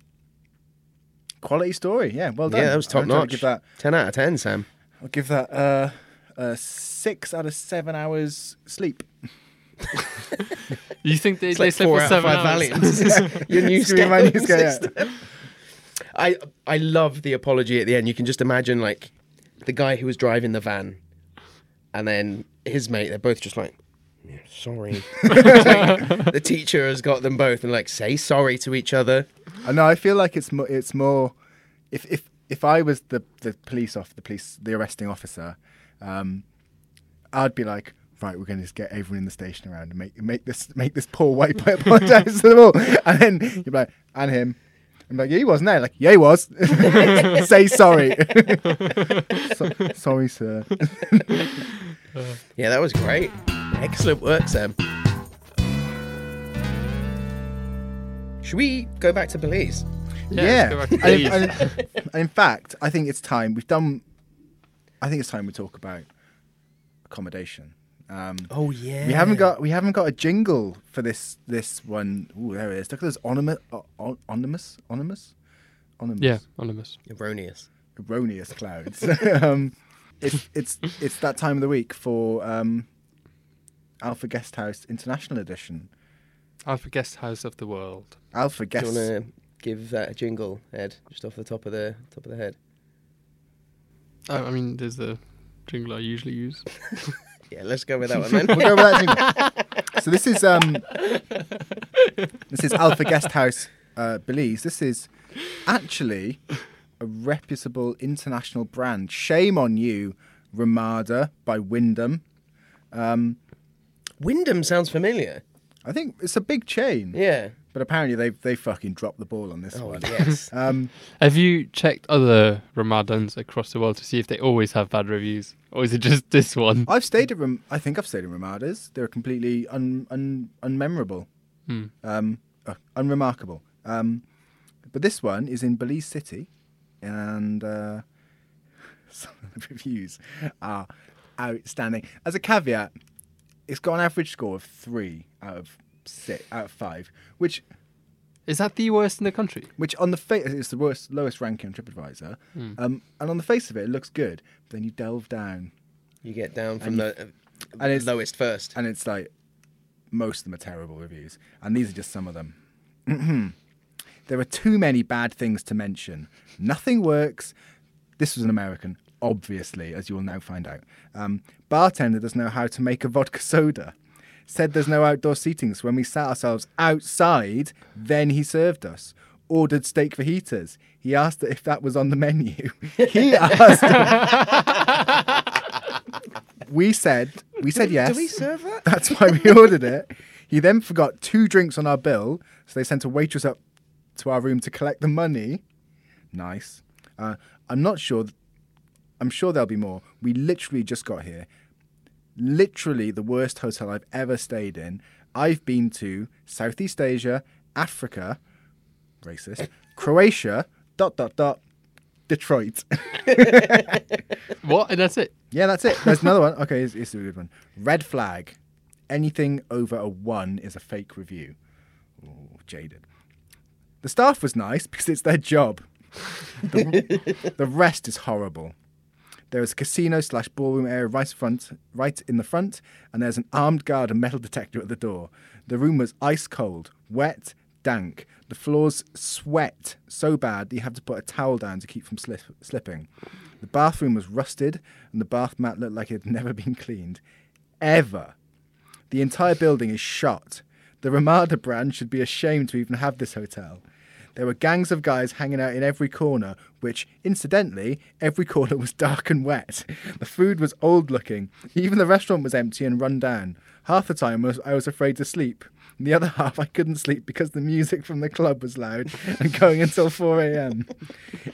quality story. Yeah, well done. yeah, that was top I'm gonna notch. Give that, Ten out of ten, Sam. I'll give that uh, uh, six out of seven hours sleep. You think they, It's they like slept four for out of seven five hours? Valiants. Your new It's gonna be my step. new scale, yeah. I I love the apology at the end. You can just imagine like the guy who was driving the van, and then his mate. They're both just like, "Yeah, sorry. It's like the teacher has got them both and like say sorry to each other. I know. I feel like it's more. It's more. If if if I was the the police off the police the arresting officer, um, I'd be like, right, we're going to just get everyone in the station around and make make this make this poor white boy apologize to them all, and then you'd be like, and him. I'm like, yeah, he wasn't there. Like, yeah, he was. Say sorry. so, sorry, sir. Yeah, that was great. Excellent work, Sam. Should we go back to Belize? Yeah, yeah. let's go back And to in- these. and in- and in fact, I think it's time we've done. I think it's time we talk about accommodation. Um, Oh yeah. We haven't got we haven't got a jingle for this this one. Ooh, there it is. Look at those onomus, onomus, onomus, onomus. Yeah, anonymous. erroneous. Erroneous clouds. um, it's it's it's that time of the week for um, Alpha Guest House International Edition. Alpha Guest House of the World. Alpha Guest. Do you want to give that a jingle, Ed, just off the top of the top of the head? I, I mean, there's the jingle I usually use. Yeah, let's go with that one then. We'll go with that jingle. so this is um, this is Alpha Guest House uh, Belize. This is actually a reputable international brand. Shame on you, Ramada by Wyndham. Wyndham sounds familiar. I think it's a big chain, Yeah. but apparently they they fucking dropped the ball on this one. Oh yes. Um, Have you checked other Ramadans across the world to see if they always have bad reviews, or is it just this one? I've stayed at Ram- I think I've stayed in Ramadas. They're completely un, un unmemorable, um, uh, unremarkable. Um, but this one is in Belize City, and uh, some of the reviews are outstanding. As a caveat, it's got an average score of three out of six out of five, which Is that the worst in the country? which on the face it's the worst lowest ranking on TripAdvisor, um, and on the face of it, it looks good. But then you delve down, you get down from the uh, and it's- lowest first. and it's like most of them are terrible reviews, and these are just some of them. there are too many bad things to mention. Nothing works. This was an American, obviously, as you will now find out. Um, bartender doesn't know how to make a vodka soda. Said there's no outdoor seating, so when we sat ourselves outside, then he served us. Ordered steak fajitas. He asked if that was on the menu. he asked. we said we said yes. Do we serve that? That's why we ordered it. He then forgot two drinks on our bill, so they sent a waitress up to our room to collect the money. Nice. Uh, I'm not sure. th- I'm sure there'll be more. We literally just got here. Literally the worst hotel I've ever stayed in. I've been to Southeast Asia, Africa, racist, Croatia, dot dot dot, Detroit. What? And that's it. Yeah, that's it. There's another one. Okay, it's, it's a good one. Red flag. Anything over a one is a fake review. Ooh, jaded. The staff was nice because it's their job. The, the rest is horrible. There is a casino slash ballroom area right front, right in the front, and there's an armed guard and metal detector at the door. The room was ice cold, wet, dank. The floors sweat so bad that you have to put a towel down to keep from slip, slipping. The bathroom was rusted, and the bath mat looked like it had never been cleaned, ever. The entire building is shot. The Ramada brand should be ashamed to even have this hotel. There were gangs of guys hanging out in every corner, which, incidentally, every corner was dark and wet. The food was old looking. Even the restaurant was empty and run down. Half the time was, I was afraid to sleep. And the other half I couldn't sleep because the music from the club was loud and going until 4 a.m.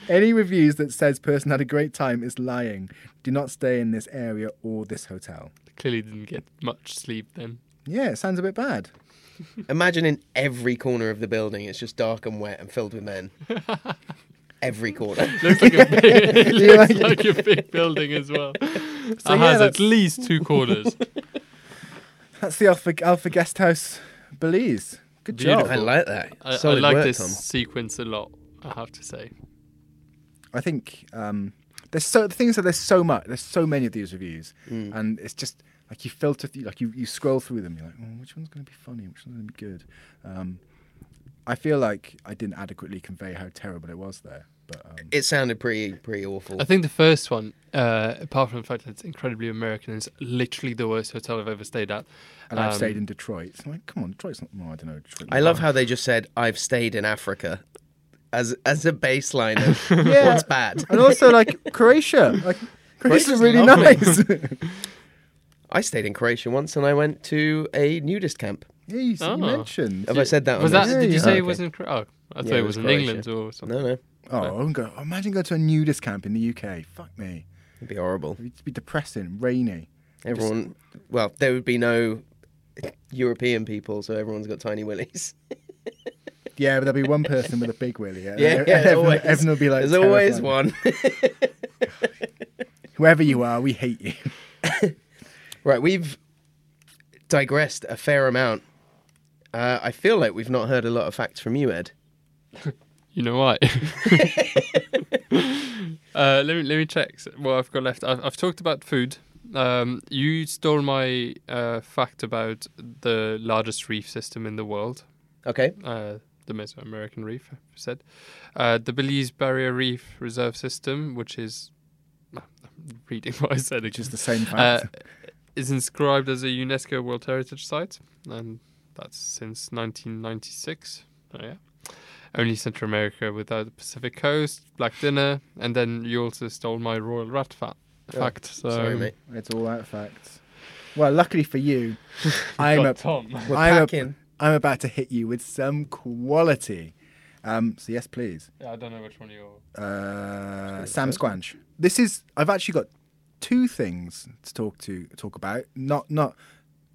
Any reviews that says person had a great time is lying. Do not stay in this area or this hotel. Clearly didn't get much sleep then. Yeah, it sounds a bit bad. Imagine in every corner of the building, it's just dark and wet and filled with men. every corner. Looks like a big, it looks like a big building as well. So, it yeah, has that's- at least two corners. That's the Alpha Alpha Guest House Belize. Good Beautiful. I job. like that. I, I Solid like work, this Tom. sequence a lot. I have to say. I think um, there's so the things that there's so much. There's so many of these reviews, Mm. and it's just like you filter, th- like you, you scroll through them. You're like, oh, which one's going to be funny? Which one's going to be good? Um, I feel like I didn't adequately convey how terrible it was there. But um, It sounded pretty pretty awful. I think the first one, uh, apart from the fact that it's incredibly American, is literally the worst hotel I've ever stayed at. and I've Um, stayed in Detroit. So I'm like, come on, Detroit's not. No, I don't know. Detroit I love how they just said I've stayed in Africa as as a baseline of Yeah. what's bad. and also like Croatia. Like Croatia's Croatia's really nice. lovely. I stayed in Croatia once and I went to a nudist camp. yeah, you, s- you Oh. mentioned. Have I said that? Was on that? this? Yeah, did you yeah. say Okay. it was in? Cro- Oh, I Yeah, thought it it was was in Croatia. England or something. No, no, Oh, I wouldn't go. Imagine going to a nudist camp in the UK. Fuck me. it'd be horrible. It'd be depressing, rainy. Everyone, well, there would be no European people, so everyone's got tiny willies. Yeah, but there'll be one person with a big willy. Yeah, Yeah, and yeah, everyone, always. everyone will be like, There's always terrified. one. Whoever you are, we hate you. Right, we've digressed a fair amount. Uh, I feel like we've not heard a lot of facts from you, Ed. You know what? uh, let me let me check s- what I've got left. I've, I've talked about food. Um, you stole my uh, fact about the largest reef system in the world, Okay. uh, the Mesoamerican reef. I said uh, the Belize Barrier Reef Reserve System, which is I'm reading what I said again. Which is the same uh, fact. is inscribed as a UNESCO World Heritage Site, and that's since 1996. Oh, yeah. Only Central America without the Pacific Coast, Black Dinner, and then you also stole my Royal Rat fa- fact. So Sorry, mate. it's all out facts. Well, luckily for you, I'm Got a, Tom. We're I'm, a, packing. I'm about to hit you with some quality. Um, so yes, please. I don't know which one you're. Uh, Sam Squanch. This is. I've actually got two things to talk to talk about. Not not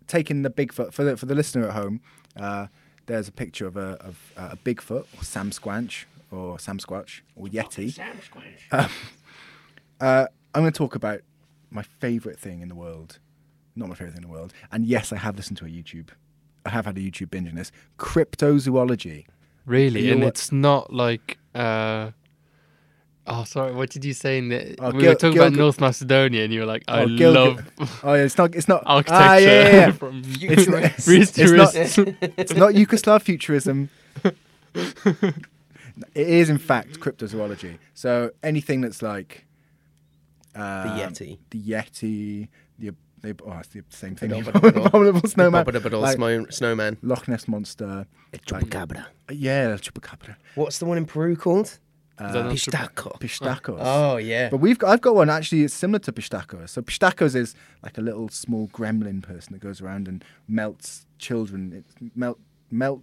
taking the Bigfoot for the for the listener at home. Uh, there's a picture of a of uh, a Bigfoot or Sam Squanch or Sam Squatch or Yeti. Oh, Sam Squanch. uh, I'm going to talk about my favorite thing in the world. Not my favorite thing in the world. And yes, I have listened to a YouTube. I have had a YouTube binge on this cryptozoology. Really? You're and what- it's not like. Uh, oh, sorry. What did you say? In the, Oh, we Gil- were talking Gil- about North Macedonia, and you were like, I Oh, Gil- love Oh, yeah, it's not. It's not architecture Ah, yeah, yeah, yeah. from It's not- it's- Greece to it's not- Ris- It's not Yugoslav futurism. it is, in fact, cryptozoology. So anything that's like um, Yeti. the Yeti, the they, oh, it's the same thing. Abominable- Abominable snowman, Abominable like smo- snowman. Loch Ness monster. Like, yeah, the chupacabra, What's the one in Peru called? Is that not true? Pistaco. pistacos. Oh yeah. But we've got, I've got one actually. It's similar to pistacos. So pistacos is like a little small gremlin person that goes around and melts children. It melt melt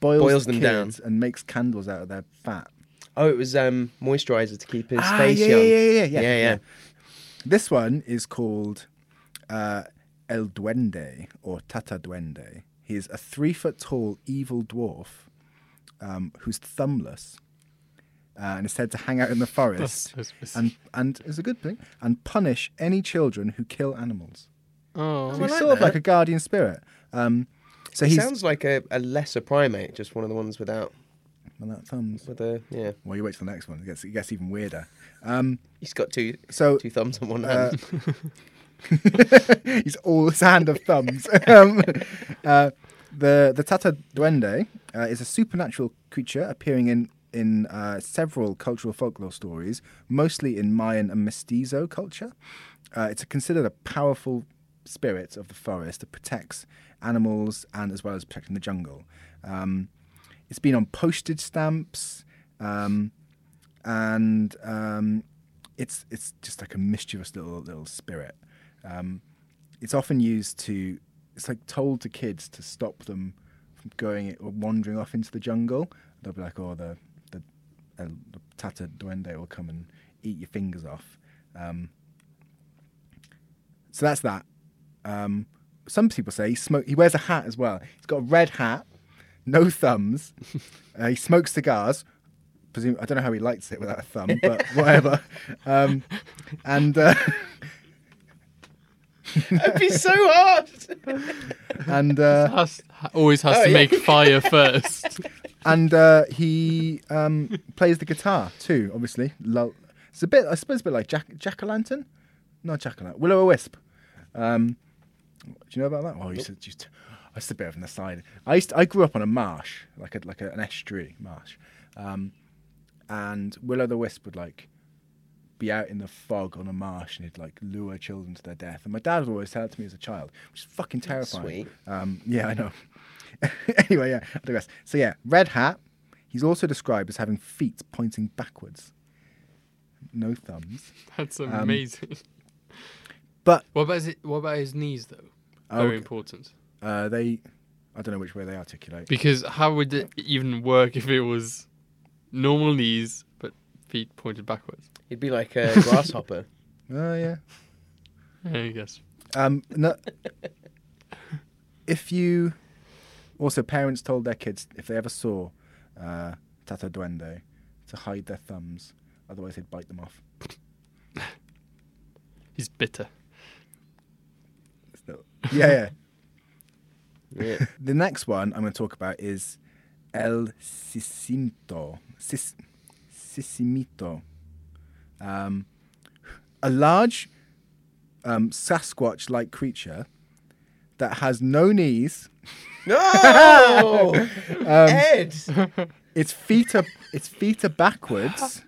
boils, Boils them down. kids and makes candles out of their fat. Oh, it was um, moisturizer to keep his Ah, face yeah, young. yeah, yeah, yeah, yeah, yeah, yeah. This one is called uh, El Duende or Tata Duende. He is a three foot tall evil dwarf um, who's thumbless uh, and is said to hang out in the forest That's so specific. and, and is a good thing and punish any children who kill animals. Oh, So he's sort of like a guardian spirit. Um, so He he's sounds like a, a lesser primate, just one of the ones without well, that thumbs. with a yeah. Well, you wait for the next one. It gets it gets even weirder. Um, He's got two So, two thumbs on one uh, hand. he's all his hand of thumbs. um, uh, the the Tata Duende uh, is a supernatural creature appearing in in uh, several cultural folklore stories, mostly in Mayan and Mestizo culture. Uh, it's considered a powerful spirit of the forest that protects animals and as well as protecting the jungle. Um, it's been on postage stamps. Um, and um, it's it's just like a mischievous little little spirit. Um, it's often used to it's like told to kids to stop them from going or wandering off into the jungle. They'll be like, "Oh, the the, uh, the tata duende will come and eat your fingers off." Um, so that's that. Um, some people say he smoke. He wears a hat as well. He's got a red hat, no thumbs. uh, he smokes cigars. Presume I don't know how he lights it without a thumb, but whatever. Um, and uh, That'd be so hard. and uh, Has, ha- always has Oh, to yeah. make fire first. and uh, he um, plays the guitar too. Obviously, Lul- it's a bit. I suppose a bit like Jack Jack o' Lantern, not Jack o' Lantern, Willow o' Wisp. Um, do you know about that? Well, you said just. I used to be over on the side. I used to, I grew up on a marsh, like a, like a, an estuary marsh, um, and Willow the Wisp would like be out in the fog on a marsh and he'd like lure children to their death. And my dad would always tell it to me as a child, which is fucking terrifying. Sweet. Um, yeah, I know. anyway, yeah, I digress. So yeah, red hat. He's also described as having feet pointing backwards, no thumbs. That's Um, amazing. But what about his, what about his knees though? Oh, Very okay. important. uh, they, I don't know which way they articulate. Because how would it even work if it was normal knees but feet pointed backwards? He'd be like a grasshopper. Oh yeah. I guess. Um, no, if you also parents told their kids if they ever saw uh, Tata Duende to hide their thumbs, otherwise they'd bite them off. He's bitter. It's not- Yeah, yeah. Yeah. The next one I'm going to talk about is El Sisinto. Sis, Sisimito. Um, a large um, Sasquatch like creature that has no knees. No, Oh. Um, Ed, Its feet are its feet are backwards,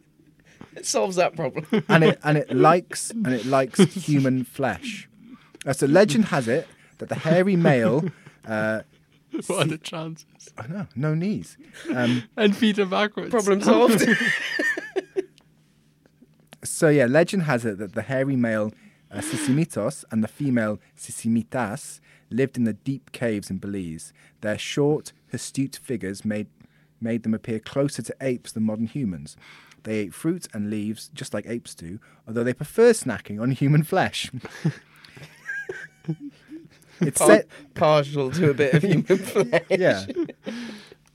it solves that problem. and it and it likes and it likes human flesh. Uh, so legend has it that the hairy male, uh, What are the chances? oh no, no knees. Um, And feet are backwards. Problem solved. So yeah, legend has it that the hairy male uh, Sisimitos and the female Sisimitas lived in the deep caves in Belize. Their short, astute figures made made them appear closer to apes than modern humans. They ate fruit and leaves just like apes do, although they prefer snacking on human flesh. it's Par- said, partial to a bit of human flesh. yeah.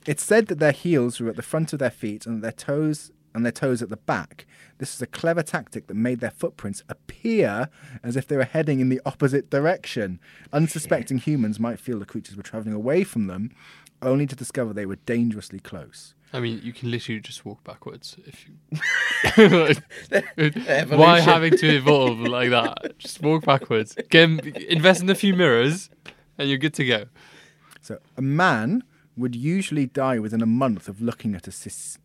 It's said that their heels were at the front of their feet and that their toes and their toes at the back. This is a clever tactic that made their footprints appear as if they were heading in the opposite direction. Unsuspecting humans might feel the creatures were traveling away from them, only to discover they were dangerously close. I mean, you can literally just walk backwards if you. Why Evolution. having to evolve like that? Just walk backwards. Get, invest in a few mirrors, and you're good to go. So a man would usually die within a month of looking at a sis,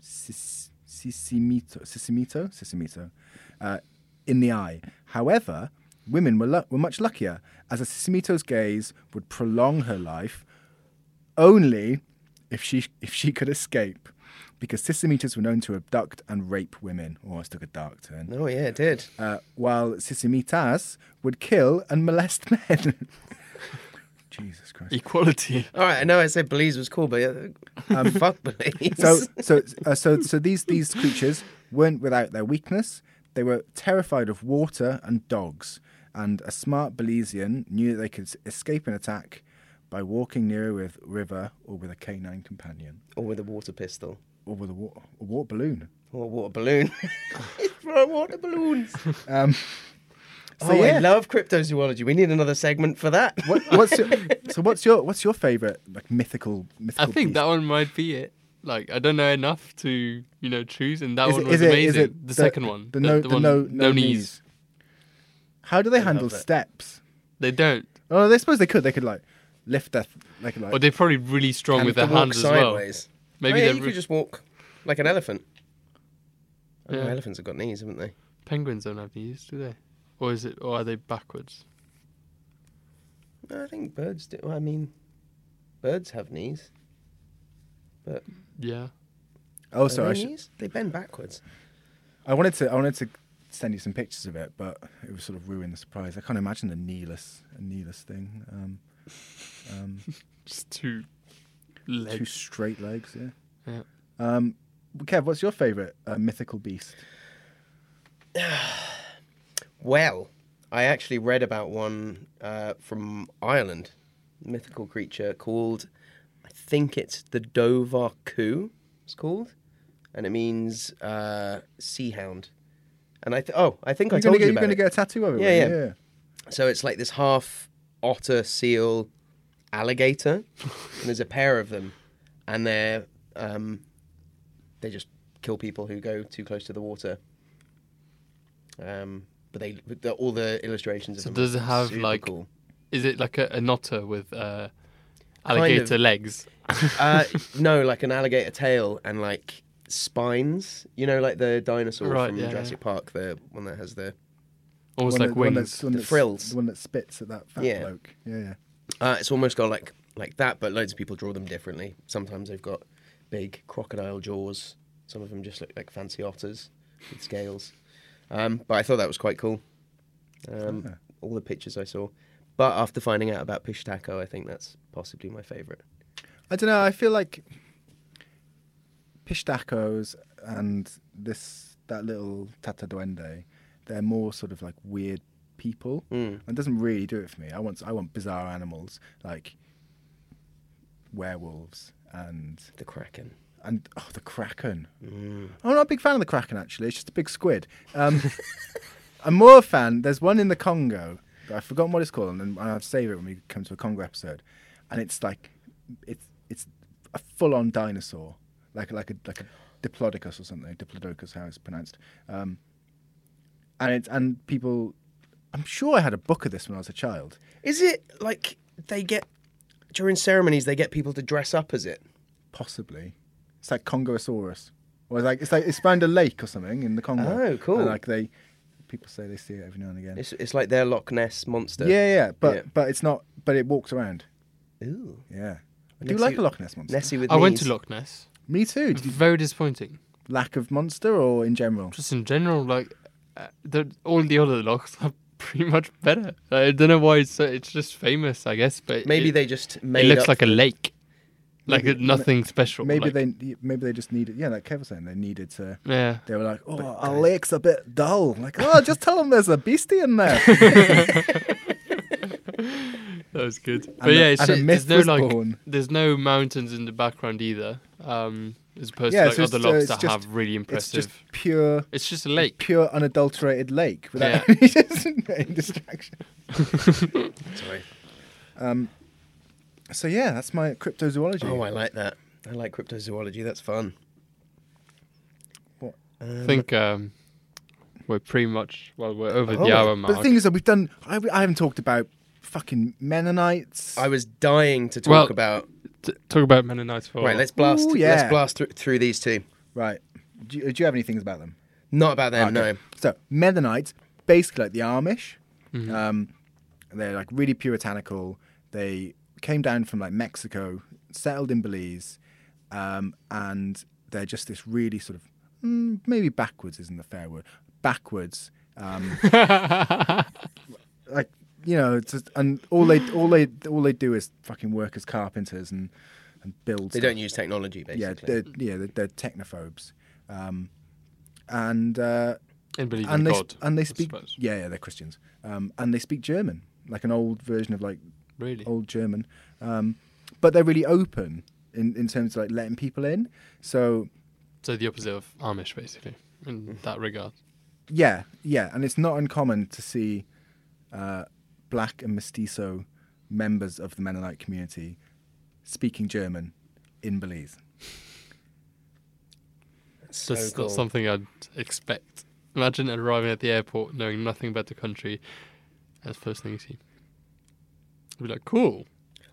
sis, sisimito, sisimito, sisimito uh, in the eye. However, women were, lu- were much luckier, as a sisimito's gaze would prolong her life only if she if she could escape, because sisimitas were known to abduct and rape women. Oh, I took a dark turn. Oh yeah, it did. Uh, while sisimitas would kill and molest men. Jesus Christ. Equality. All right, I know I said Belize was cool, but uh, fuck Belize. Um, so so uh, so so these these creatures weren't without their weakness. They were terrified of water and dogs, and a smart Belizean knew that they could escape an attack by walking near a riv- river or with a canine companion or with a water pistol or with a, wa- a water balloon. or a water balloon. Throw water balloons. Um, so oh, I yeah, love cryptozoology. We need another segment for that. what, what's your, so what's your what's your favorite like mythical I mythical? think beast? that one might be it. Like I don't know enough to you know choose, and that Is one it- was is it- is amazing. it the, second one, the no the, no, no knees. How do they handle love it. steps? They don't, Oh, they suppose they could. They could like lift their they could like. or they're probably really strong And with to their walk hands as sideways. well. Maybe oh, yeah, they're you re- could just walk like an elephant. Oh, Yeah. elephants have got knees, haven't they? penguins don't have knees, do they? Or is it? Or are they backwards? No, I think birds do. I mean, birds have knees. But Yeah. oh, are sorry, I they should, knees? They bend backwards. I wanted to I wanted to send you some pictures of it, but it was sort of ruin the surprise. I can't imagine a kneeless a kneeless thing. Um, um, Just two two legs. straight legs. Yeah. Yeah. Um, Kev, what's your favourite uh, mythical beast? Well, I actually read about one uh, from Ireland, mythical creature called, I think it's the Dover Coo, it's called, and it means uh, sea hound. And I oh, th- oh, I think I You're told gonna get you you're about gonna it. get a tattoo of it. Yeah, right? yeah. So it's like this half otter, seal, alligator, and there's a pair of them, and they're um, they just kill people who go too close to the water. Um, but they but the, all the illustrations. Of So them does are it have, super like, cool. Is it like a, an otter with uh, Kind of. alligator legs? uh, no, like an alligator tail and like spines. You know, like the dinosaur Right, from yeah, Jurassic Park, the one that has the. Almost one like that- one wings. that's- one The that's- frills. The one that spits at that fat Yeah. bloke. Yeah, yeah. Uh, it's almost got like like that, but loads of people draw them differently. Sometimes they've got big crocodile jaws. Some of them just look like fancy otters with scales. Um, but I thought that was quite cool. Um, Ah. All the pictures I saw. But after finding out about Pish Taco, I think that's possibly my favourite. I don't know. I feel like pistachos and this that little Tata Duende, they're more sort of like weird people, Mm. and doesn't really do it for me. I want I want bizarre animals like werewolves and The Kraken. and oh the kraken. I'm not a big fan of the kraken actually. It's just a big squid. Um, I'm more a fan. There's one in the Congo. that I've forgotten what it's called, and I'll save it when we come to a Congo episode. And it's like it's it's a full-on dinosaur, like like a like a diplodocus or something. Diplodocus, how it's pronounced. Um, and it's and people. I'm sure I had a book of this when I was a child. Is it like they get during ceremonies they get people to dress up as it? Possibly. It's like Congosaurus. Or like it's like it's around a lake or something in the Congo. Oh, cool. And like they people say they see it every now and again. It's it's like their Loch Ness monster. yeah, yeah, but Yeah. but it's not but it walks around. Ooh. Yeah. I do Nessie- like a Loch Ness monster. Nessie with I went to knees. Loch Ness. Me too. Did you- Very disappointing. Lack of monster or in general? Just in general, like uh, the, all the other lochs are pretty much better. I don't know why it's so, it's just famous, I guess. But Maybe it, they just it made looks up like a lake, like Maybe- nothing special. Maybe like- they maybe they just needed yeah, like Kev was saying, they needed to yeah. they were like, Oh, our lake's a bit dull. Like, oh just tell them there's a beastie in there. That was good. But the- yeah, it's and the just- myth there's no was like born. there's no mountains in the background either. Um, as opposed Yeah, to like so it's- other uh, lochs it's that just- have really it's impressive. just pure It's just a lake. pure unadulterated lake without Yeah. any distraction. Sorry. So yeah, that's my cryptozoology. Oh, I like that. I like cryptozoology. That's fun. What? I think um, we're pretty much well, we're over Oh, the hour but mark. the thing is that we've done. I, I haven't talked about fucking Mennonites. I was dying to talk Well, about. T- talk about Mennonites for Right, let's blast. Ooh, Let's yeah. blast thr- through these two. right. Do you, do you have any things about them? Not about them. Okay. So Mennonites, basically like the Amish. Um, they're like really puritanical. They came down from like Mexico, settled in Belize, um, and they're just this really sort of mm, maybe backwards isn't the fair word. Backwards. Um, like you know, it's just, and all they all they all they do is fucking work as carpenters and and build. No, they stuff. don't use technology. Yeah, Basically, they're, yeah, they're, they're technophobes, um, and uh, and believe and in they God. and they I speak. suppose. Yeah, yeah, they're Christians, um, and they speak German, like an old version of like Really? old German, um, but they're really open in in terms of like letting people in. So So the opposite of Amish, basically, Mm-hmm. in that regard. Yeah, yeah, and it's not uncommon to see uh, black and mestizo members of the Mennonite community speaking German in Belize. That's so That's cool. not something I'd expect. Imagine arriving at the airport knowing nothing about the country. That's the first thing you see. I'd be like, cool.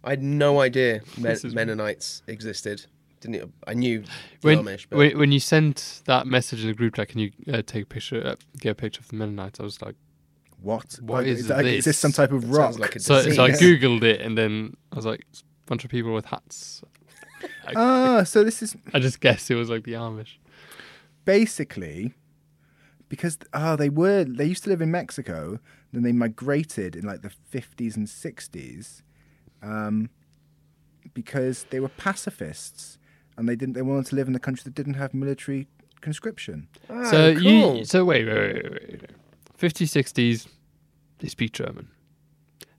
I had no idea Men- This is- Mennonites existed. Didn't it? I knew the When, Amish, but when when you sent that message in the group chat, can you uh, take a picture, uh, get a picture of the Mennonites? I was like, What? What is that- this? Is this some type of it rock? sounds like a so, disease. so I googled it, and then I was like, it's a bunch of people with hats. I, ah, so this is I just guessed it was like the Amish. basically because ah they were they used to live in Mexico, then they migrated in like the fifties and sixties, um, because they were pacifists and they didn't they wanted to live in a country that didn't have military conscription. Ah, so cool. you, so wait, wait, wait, wait, wait. 50s, 60s, they speak German.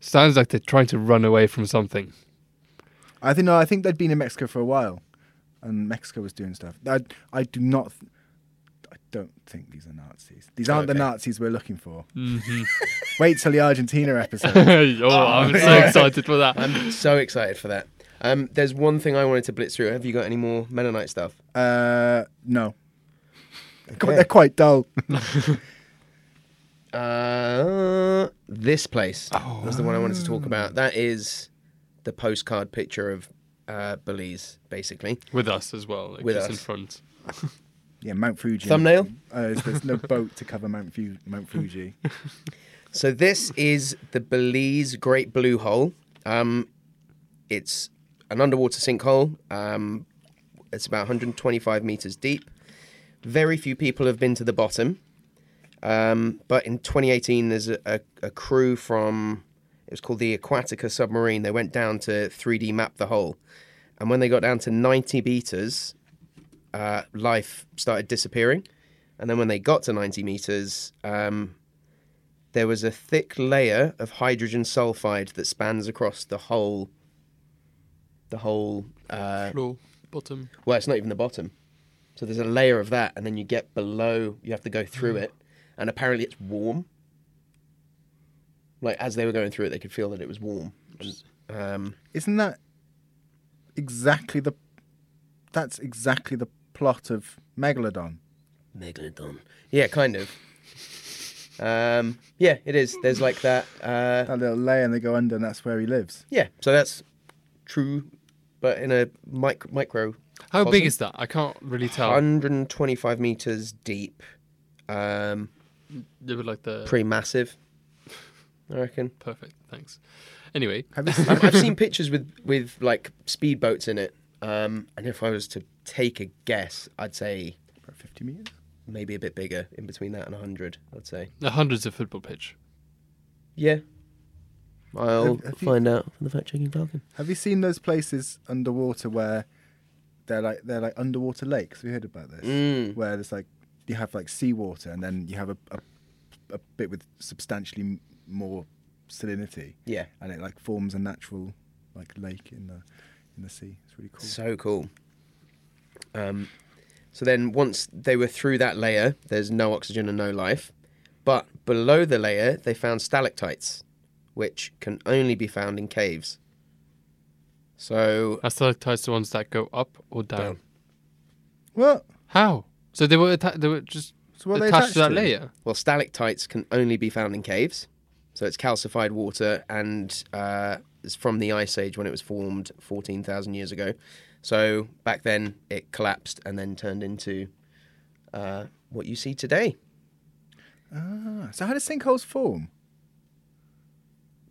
Sounds like they're trying to run away from something. I think no, I think they'd been in Mexico for a while, and Mexico was doing stuff. I I do not. I don't think these are Nazis. These aren't the Okay. Mm-hmm. Nazis we're looking for. hmm Wait till the Argentina episode. oh, I'm so excited for that. I'm so excited for that. Um, there's one thing I wanted to blitz through. Have you got any more Mennonite stuff? uh, no. God, Okay. They're quite dull. Uh, this place was the one I wanted to talk about. That is the postcard picture of uh, Belize, basically. With us as well, like With just in us. front. Yeah, Mount Fuji. Thumbnail? Uh, there's- there's no boat to cover Mount, Fu- Mount Fuji. So this is the Belize Great Blue Hole. Um, it's an underwater sinkhole. Um, it's about 125 meters deep. Very few people have been to the bottom. Um, but in 2018, there's a, a, a crew from it was called the Aquatica submarine. They went down to 3D map the hole, and when they got down to 90 meters, uh, life started disappearing. And then when they got to 90 meters, um, there was a thick layer of hydrogen sulfide that spans across the whole the whole uh, Floor, bottom. well it's not even the bottom so there's a layer of that and then you get below you have to go through it and apparently it's warm like as they were going through it they could feel that it was warm um, Isn't that exactly the? That's exactly the plot of Megalodon. megalodon yeah kind of um, yeah it is there's like that uh, That little layer, and they go under, and that's where he lives. yeah so that's true but in a mic- micro How big cosm. is that? I can't really tell. 125 meters deep um, They were like the pretty massive i reckon perfect. Thanks. Anyway, Have you seen? I've, I've seen pictures with with like speedboats in it, um, and if I was to take a guess, I'd say About Fifty meters. maybe a bit bigger, in between that and hundred. I'd say. the hundreds of football pitch. Yeah. I'll Have- have you- find out from the fact checking falcon. Have you seen those places underwater where they're like they're like underwater lakes? We heard about this, Mm. where there's like you have like seawater, and then you have a, a a bit with substantially m- more salinity, Yeah. and it like forms a natural like lake in the in the sea. It's really cool. So cool. Um, so then, once they were through that layer, there's no oxygen and no life. But below the layer, they found stalactites, which can only be found in caves. So That's the ties the ones that go up or down. Down. What? How? So they were atta- they were just So what are they attached to that attached to? layer. Well, stalactites can only be found in caves, so it's calcified water and uh, it's from the ice age when it was formed 14,000 years ago. So back then it collapsed and then turned into uh, what you see today. Ah, so how do sinkholes form?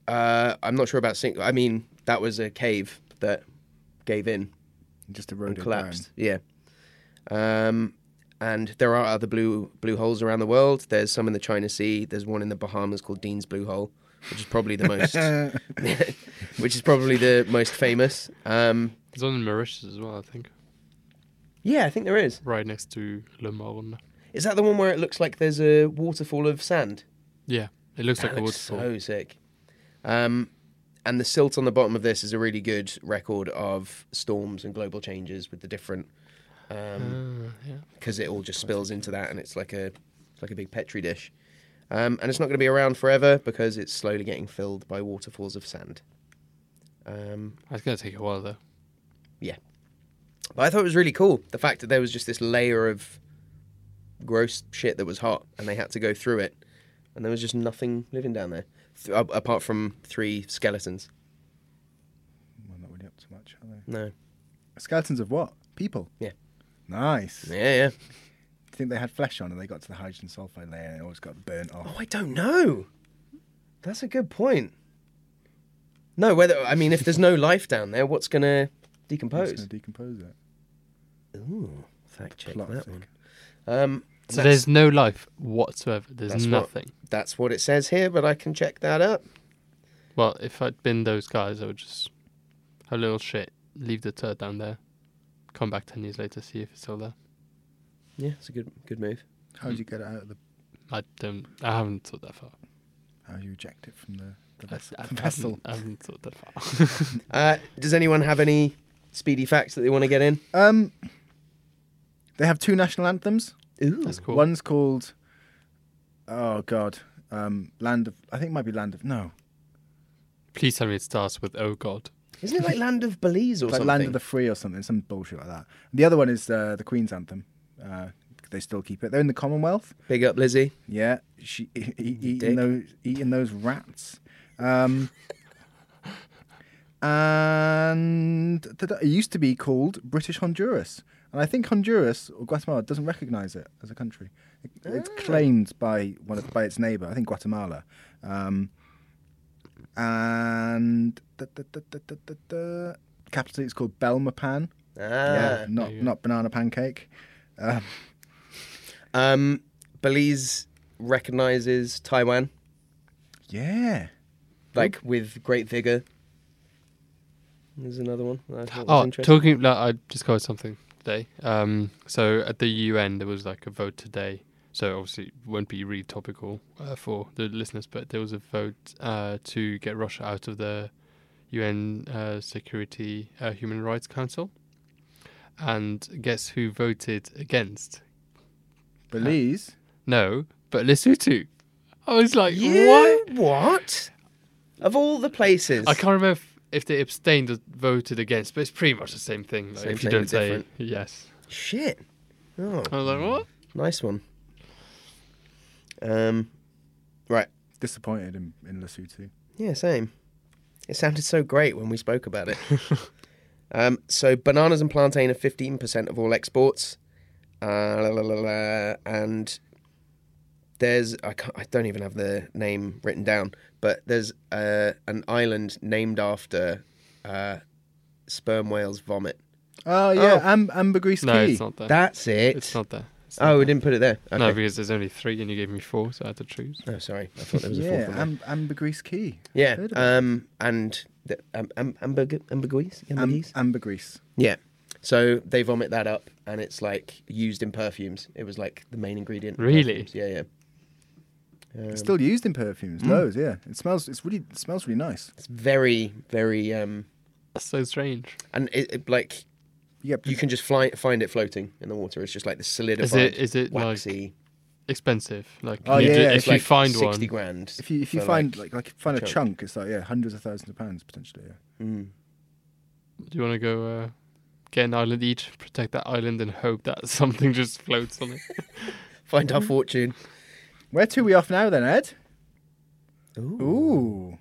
Uh, I'm not sure about sink. I mean, that was a cave that gave in Just and eroded collapsed. Yeah. Um, and there are other blue blue holes around the world. There's some in the China Sea. There's one in the Bahamas called Dean's Blue Hole, which is probably the most. down. which is probably the most famous. Um, It's on in Mauritius as well, I think. yeah, I think there is. Right next to Le Morne. Is that the one where it looks like there's a waterfall of sand? Yeah, it looks like That a looks waterfall. so sick. Um, and the silt on the bottom of this is a really good record of storms and global changes with the different, because Ah, yeah. it all just spills into that, and it's like a it's like a big petri dish. Um, and it's not going to be around forever because it's slowly getting filled by waterfalls of sand. Um, It's gonna take a while though. But I thought it was really cool the fact that there was just this layer of gross shit that was hot, and they had to go through it, and there was just nothing living down there th- a- apart from three skeletons. well, not really up to much, are they? No, Skeletons of what? People. Yeah. Nice. yeah, yeah. I think they had flesh on and they got to the hydrogen sulfide layer and it always got burnt off. Oh, I don't know. That's a good point. No, whether I mean, if there's no life down there, what's gonna It's decompose? going to decompose it. Ooh, fact check Plot that thick. one. Um, So that's- there's no life whatsoever. There's That's what- nothing. that's what it says here, but I can check that up. Well, if I'd been those guys, I would just have a little shit, leave the turd down there, come back ten years later, see if it's still there. Yeah, it's a good good move. How do you get it out of the? I don't. I haven't thought that far. How do you eject it from the, the I, vessel? I, the vessel. haven't, I haven't thought that far. Uh, does anyone have any speedy facts that they want to get in? Um, they have two national anthems. Ooh. That's cool. One's called oh god, um, land of I think it might be land of no, Please tell me it starts with "Oh God." Isn't it like Land of Belize or It's like something? Land of the Free or something, some bullshit like that. The other one is uh, the Queen's Anthem. Uh, they still keep it. They're in the Commonwealth. Big up, Lizzie. Yeah, she e- e- dick. eating those eating those rats. Um, and th- th- it used to be called British Honduras, and I think Honduras or Guatemala doesn't recognise it as a country. It, It's claimed by one of, by its neighbour, I think Guatemala. Um, and da, da, da, da, da, da, da. capital city is called Belmopan. Ah. yeah, not you go. not banana pancake. Um, Belize recognizes Taiwan Yeah. like with great vigor. There's another one. that I thought was Oh, interesting. talking. No, I just got something today. Um, so at the UN there was like a vote today. So obviously it won't be really topical uh, for the listeners, but there was a vote uh, to get Russia out of the UN uh, Security uh, Human Rights Council. And guess who voted against? Belize. No, but Lesotho. I was like, what? You what? Of all the places. I can't remember if, if they abstained or voted against, but it's pretty much the same thing. Like, Same if you thing, don't say different. yes, Shit. Oh, I was like, what? nice one. Um, right. disappointed in, in Lesotho. Yeah, same. It sounded so great when we spoke about it. um, so bananas and plantain are fifteen percent of all exports, uh, la, la, la, la, and there's I, can't, I don't even have the name written down, but there's uh, an island named after uh, sperm whales vomit. Oh yeah, am- ambergrease No, key. it's not there. That's it. It's not there. It's not oh, we there. didn't put it there. Okay. No, because there's only three and you gave me four, so I had to choose. oh, sorry. I thought there was a fourth yeah, one. there. am- ambergrease key. yeah. Heard of it. Um, and the, um, um, amberg- ambergris? Am- Ambergris? ambergrease. Yeah. So they vomit that up, and it's like used in perfumes. It was like the main ingredient. in Really? perfumes. Yeah, yeah. Um, Mm. It's still used in perfumes. Loads. Yeah, it smells. It's really it smells really nice. it's very, very, um, That's so strange. and it, it, like Yeah, you can just fly, find it floating in the water. It's just like the solidified, is it, like, waxy. Expensive. Like, Oh, you yeah, ju- yeah, if it's you like find one, sixty grand. if you if you for, find like like, if you find a chunk. chunk. it's like yeah, hundreds of thousands of pounds potentially. Yeah. mm. do you want to go uh, get an island each, protect that island, and hope that something just floats on it? find Mm. our fortune. Where to we off now then, Ed? Ooh,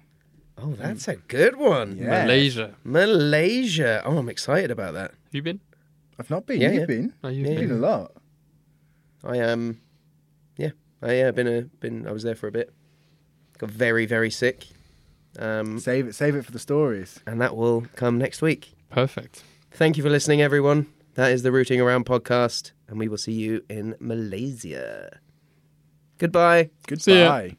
Oh, that's a good one. Yeah. Malaysia. Have Malaysia. Oh, I'm excited about that. you been? I've not been. Yeah, You've yeah. been. No, you've Yeah. Been been. a lot. I um, yeah, I yeah, been a been. I was there for a bit. Got very very sick. Um, Save it. Save it for the stories. and that will come next week. Perfect. Thank you for listening, everyone. That is the Rooting Around podcast, and we will see you in Malaysia. Goodbye. See ya. Goodbye.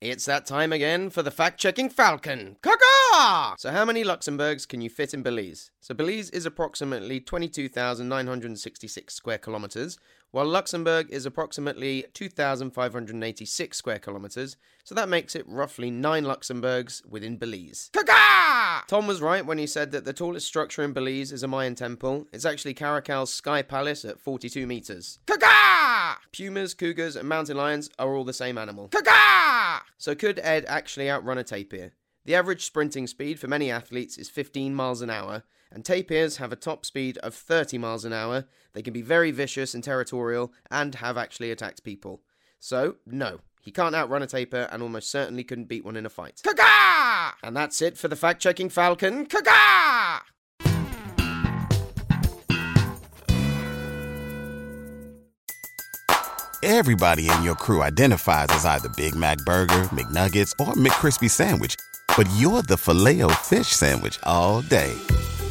It's that time again for the fact checking Falcon. Caca! So, how many Luxembourgs can you fit in Belize? So, Belize is approximately 22,966 square kilometers, while Luxembourg is approximately 2,586 square kilometers. So, that makes it roughly nine Luxembourgs within Belize. Caca! Tom was right when he said that the tallest structure in Belize is a Mayan temple. It's actually Caracal's Sky Palace at 42 meters. Caca! Pumas, cougars, and mountain lions are all the same animal. Caca! So could Ed actually outrun a tapir? The average sprinting speed for many athletes is 15 miles an hour, and tapirs have a top speed of 30 miles an hour. They can be very vicious and territorial and have actually attacked people. So, no, he can't outrun a tapir and almost certainly couldn't beat one in a fight. Caca! And that's it for the fact checking Falcon. Caca! Everybody in your crew identifies as either Big Mac Burger, McNuggets, or McCrispy Sandwich. But you're the filet fish Sandwich all day.